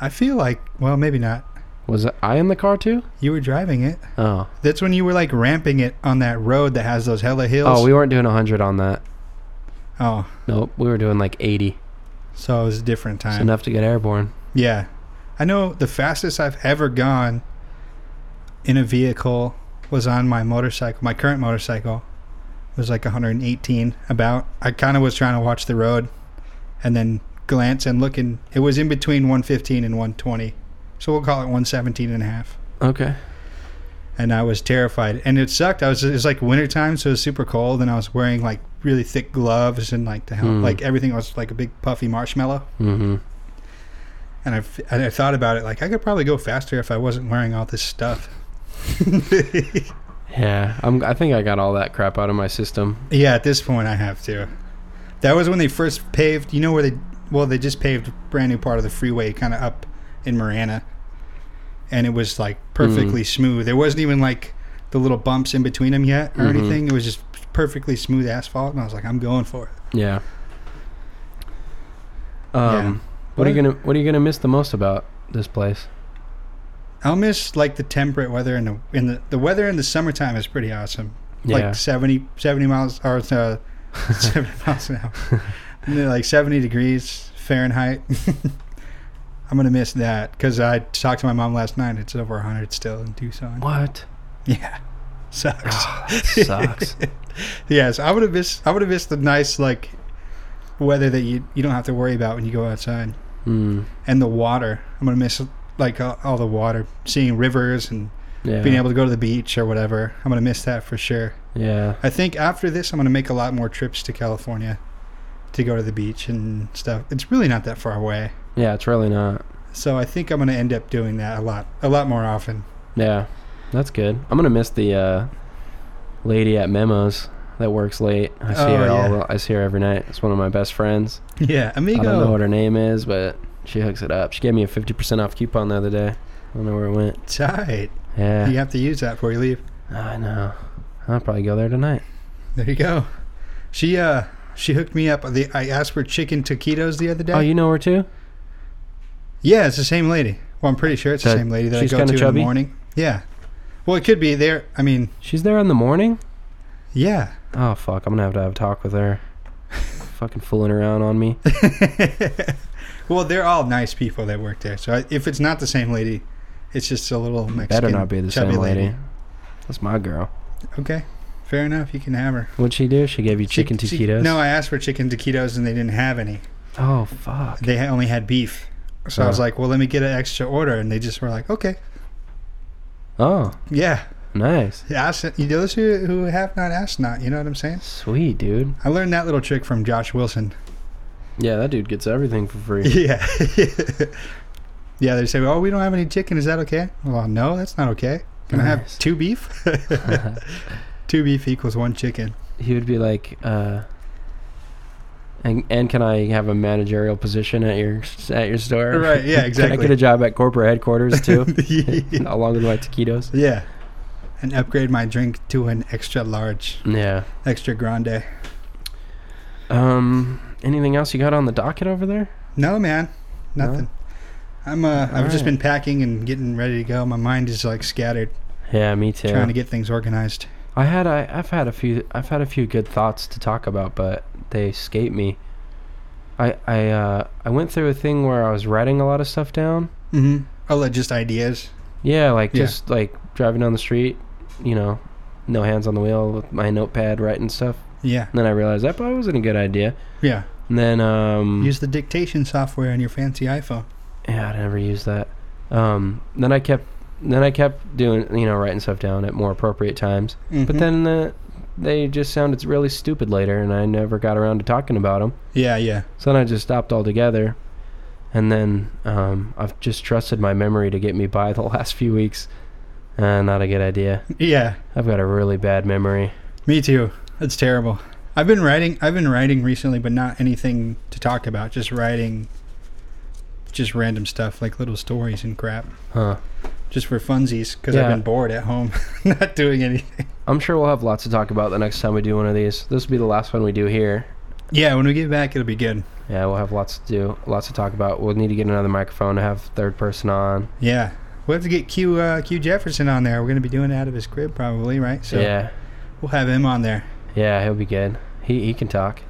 Speaker 2: I feel like. Well, maybe not.
Speaker 3: Was I in the car too?
Speaker 2: You were driving it.
Speaker 3: Oh,
Speaker 2: That's when you were like ramping it on that road that has those hella hills.
Speaker 3: oh, we weren't doing 100 on that.
Speaker 2: Oh,
Speaker 3: Nope, we were doing like 80.
Speaker 2: so it was a different
Speaker 3: It's
Speaker 2: time.
Speaker 3: enough to get airborne.
Speaker 2: yeah, I know the fastest I've ever gone in a vehicle was on my motorcycle. My current motorcycle was like 118. About. I kind of was trying to watch the road, and then glance and look, and it was in between 115 and 120. So we'll call it 117 and a half.
Speaker 3: Okay.
Speaker 2: and I was terrified. And it sucked. I was it was like wintertime, so it was super cold, and I was wearing like really thick gloves and like the hel-
Speaker 3: Mm.
Speaker 2: like everything was like a big puffy marshmallow.
Speaker 3: Mm-hmm.
Speaker 2: And I f- and I thought about it like I could probably go faster if I wasn't wearing all this stuff.
Speaker 3: Yeah, I'm, I think I got all that crap out of my system.
Speaker 2: yeah, at this point I have to. That was when they first paved. You know where they well they just paved a brand new part of the freeway, kind of up in Marana, and it was like perfectly smooth. There wasn't even like the little bumps in between them yet or
Speaker 3: Mhm.
Speaker 2: anything. It was just perfectly smooth asphalt, and I was like, I'm going for it.
Speaker 3: Yeah. Um, What are you gonna What are you gonna miss the most about this place?
Speaker 2: I'll miss like the temperate weather and the in the, the weather in the summertime is pretty awesome.
Speaker 3: Yeah.
Speaker 2: Like 70, 70 miles or uh, seventy miles an hour, And then, like seventy degrees Fahrenheit. I'm gonna miss that because I talked to my mom last night. It's over hundred still in Tucson.
Speaker 3: What?
Speaker 2: Yeah, sucks.
Speaker 3: Oh, that sucks.
Speaker 2: yes, I would have missed. I would have missed the nice like weather that you you don't have to worry about when you go outside
Speaker 3: Hmm.
Speaker 2: and the water. I'm gonna miss like all, all the water, seeing rivers and
Speaker 3: yeah.
Speaker 2: being able to go to the beach or whatever. I'm gonna miss that for sure.
Speaker 3: yeah.
Speaker 2: I think after this, I'm gonna make a lot more trips to California to go to the beach and stuff. It's really not that far away,
Speaker 3: Yeah. It's really not.
Speaker 2: so I think I'm gonna end up doing that a lot, a lot more often.
Speaker 3: Yeah. That's good. I'm gonna miss the uh, lady at Memos that works late. I see
Speaker 2: Oh,
Speaker 3: her all.
Speaker 2: yeah.
Speaker 3: the- I see her every night. It's one of my best friends.
Speaker 2: Yeah, amigo.
Speaker 3: I don't know what her name is, but she hooks it up. She gave me a 50% off coupon the other day. I don't know where it went.
Speaker 2: Tight.
Speaker 3: Yeah.
Speaker 2: You have to use that before you leave.
Speaker 3: I know. I'll probably go there tonight.
Speaker 2: There you go. She uh she hooked me up. The I asked for chicken taquitos the other day.
Speaker 3: Oh, you know her too?
Speaker 2: yeah, it's the same lady. Well, I'm pretty sure it's the,
Speaker 3: That-
Speaker 2: same lady that I
Speaker 3: she's
Speaker 2: go
Speaker 3: kinda
Speaker 2: to in
Speaker 3: chubby?
Speaker 2: the morning. Yeah. Well, it could be there. I mean,
Speaker 3: She's there in the morning?
Speaker 2: yeah.
Speaker 3: Oh, fuck. I'm going to have to have a talk with her. Fucking fooling around on me.
Speaker 2: well, they're all nice people that work there. So I, if it's not the same lady, it's just a little Mexican.
Speaker 3: Better not be the
Speaker 2: chubby
Speaker 3: same lady. That's my girl.
Speaker 2: Okay, fair enough. You can have her.
Speaker 3: What'd she do? She gave you
Speaker 2: She-
Speaker 3: chicken
Speaker 2: she-
Speaker 3: taquitos?
Speaker 2: no, I asked for chicken taquitos and they didn't have any.
Speaker 3: Oh, fuck.
Speaker 2: They ha- only had beef. So I was
Speaker 3: Oh.
Speaker 2: like, well, let me get an extra order, and they just were like, okay,
Speaker 3: Oh,
Speaker 2: yeah.
Speaker 3: nice.
Speaker 2: Yeah, ask, you know, those who, who have not asked not. You know what I'm saying?
Speaker 3: Sweet, dude.
Speaker 2: I learned that little trick from Josh Wilson.
Speaker 3: Yeah, that dude gets everything for free.
Speaker 2: Yeah. yeah, they say, oh, we don't have any chicken. Is that okay? Well, no, that's not okay. Can I have
Speaker 3: Nice.
Speaker 2: two beef? two beef equals one chicken.
Speaker 3: he would be like, uh, and, and can I have a managerial position at your at your store?
Speaker 2: Right, yeah,
Speaker 3: can I get a
Speaker 2: exactly.
Speaker 3: job at corporate headquarters too,
Speaker 2: yeah.
Speaker 3: along with my taquitos?
Speaker 2: And upgrade my drink to an extra large,
Speaker 3: Yeah.
Speaker 2: extra grande.
Speaker 3: Um. Anything else you got on the docket over there?
Speaker 2: No, man.
Speaker 3: No?
Speaker 2: Nothing. I'm, uh, I've just
Speaker 3: Alright.
Speaker 2: been packing and getting ready to go. My mind is like scattered,
Speaker 3: Yeah, me too.
Speaker 2: trying to get things organized.
Speaker 3: I had I, I've had a few I've had a few good thoughts to talk about, but they escape me. I I uh, I went through a thing where I was writing a lot of stuff down.
Speaker 2: Mm-hmm. Oh, like, just ideas.
Speaker 3: Yeah, like
Speaker 2: Yeah.
Speaker 3: just like driving down the street, you know, no hands on the wheel with my notepad writing stuff.
Speaker 2: Yeah,
Speaker 3: And then I realized that probably wasn't a good idea.
Speaker 2: yeah.
Speaker 3: And then um
Speaker 2: Use the dictation software on your fancy iPhone.
Speaker 3: Yeah, I never used that. Um, then I kept, then I kept doing, you know, writing stuff down at more appropriate times. But
Speaker 2: Mhm.
Speaker 3: then uh, they just sounded really stupid later, and I never got around to talking about them.
Speaker 2: yeah, yeah,
Speaker 3: So then I just stopped altogether. And then um, I've just trusted my memory to get me by the last few weeks. Uh, not a good idea.
Speaker 2: yeah.
Speaker 3: I've got a really bad memory.
Speaker 2: Me too. That's terrible. I've been writing. I've been writing recently, but not anything to talk about. Just writing, just random stuff like little stories and crap,
Speaker 3: Huh.
Speaker 2: just for funsies. Because I've
Speaker 3: Yeah.
Speaker 2: been bored at home, not doing anything.
Speaker 3: I'm sure we'll have lots to talk about the next time we do one of these. This will be the last one we do here.
Speaker 2: Yeah, when we get back, it'll be good.
Speaker 3: Yeah, we'll have lots to do, lots to talk about. We'll need to get another microphone to have third person on.
Speaker 2: Yeah, we will have to get Q uh, Q Jefferson on there. We're gonna be doing it out of his crib probably, right? So
Speaker 3: Yeah,
Speaker 2: we'll have him on there.
Speaker 3: yeah, he'll be good. He he can talk.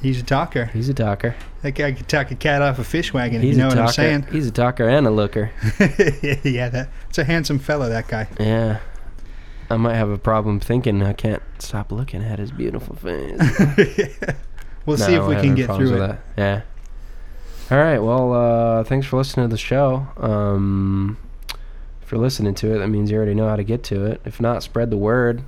Speaker 2: He's a talker.
Speaker 3: He's a talker.
Speaker 2: That guy could talk a cat off a fish wagon. if
Speaker 3: He's
Speaker 2: you know
Speaker 3: a
Speaker 2: what
Speaker 3: talker.
Speaker 2: I'm saying?
Speaker 3: He's a talker and a looker.
Speaker 2: yeah, that, it's a handsome fellow. That guy.
Speaker 3: Yeah. I might have a problem thinking I can't stop looking at his beautiful face.
Speaker 2: we'll
Speaker 3: No,
Speaker 2: see
Speaker 3: I
Speaker 2: if
Speaker 3: don't
Speaker 2: we
Speaker 3: have
Speaker 2: can
Speaker 3: any
Speaker 2: get
Speaker 3: problems
Speaker 2: through it.
Speaker 3: with That. Yeah. All right. Well, uh, thanks for listening to the show. Um, if you're listening to it, that means you already know how to get to it. If not, spread the word,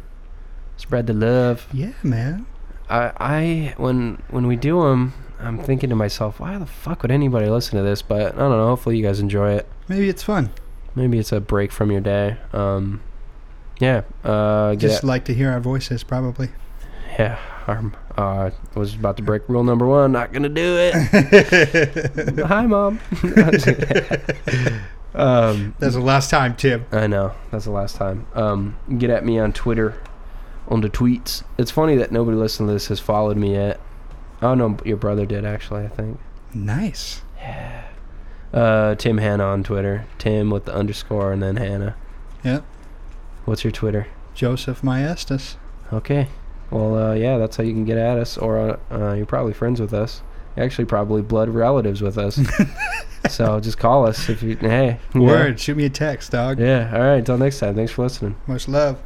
Speaker 3: spread the love.
Speaker 2: Yeah, man.
Speaker 3: I, I when when we do them, I'm thinking to myself, why the fuck would anybody listen to this? But I don't know. Hopefully, you guys enjoy it.
Speaker 2: Maybe it's fun.
Speaker 3: Maybe it's a break from your day. Um, yeah. Uh, get
Speaker 2: Just like to hear our voices, probably.
Speaker 3: yeah. Our, uh, I was about to break rule number one. Not gonna do it. Hi, mom. um,
Speaker 2: That's the last time, Tim.
Speaker 3: I know. That's the last time. Um, get at me on Twitter, on the tweets. It's funny that nobody listening to this has followed me yet. Oh no, your brother did actually. I think.
Speaker 2: Nice.
Speaker 3: Uh, Tim Hannah on Twitter. Tim with the underscore and then Hannah.
Speaker 2: Yep.
Speaker 3: What's your Twitter?
Speaker 2: Joseph Maestas.
Speaker 3: Okay. Well, uh, yeah, that's how you can get at us. Or uh, you're probably friends with us. Actually, probably blood relatives with us. so just call us if you. Hey.
Speaker 2: Word. Shoot me a text, dog.
Speaker 3: Yeah. yeah. All right. Until next time. Thanks for listening.
Speaker 2: Much love.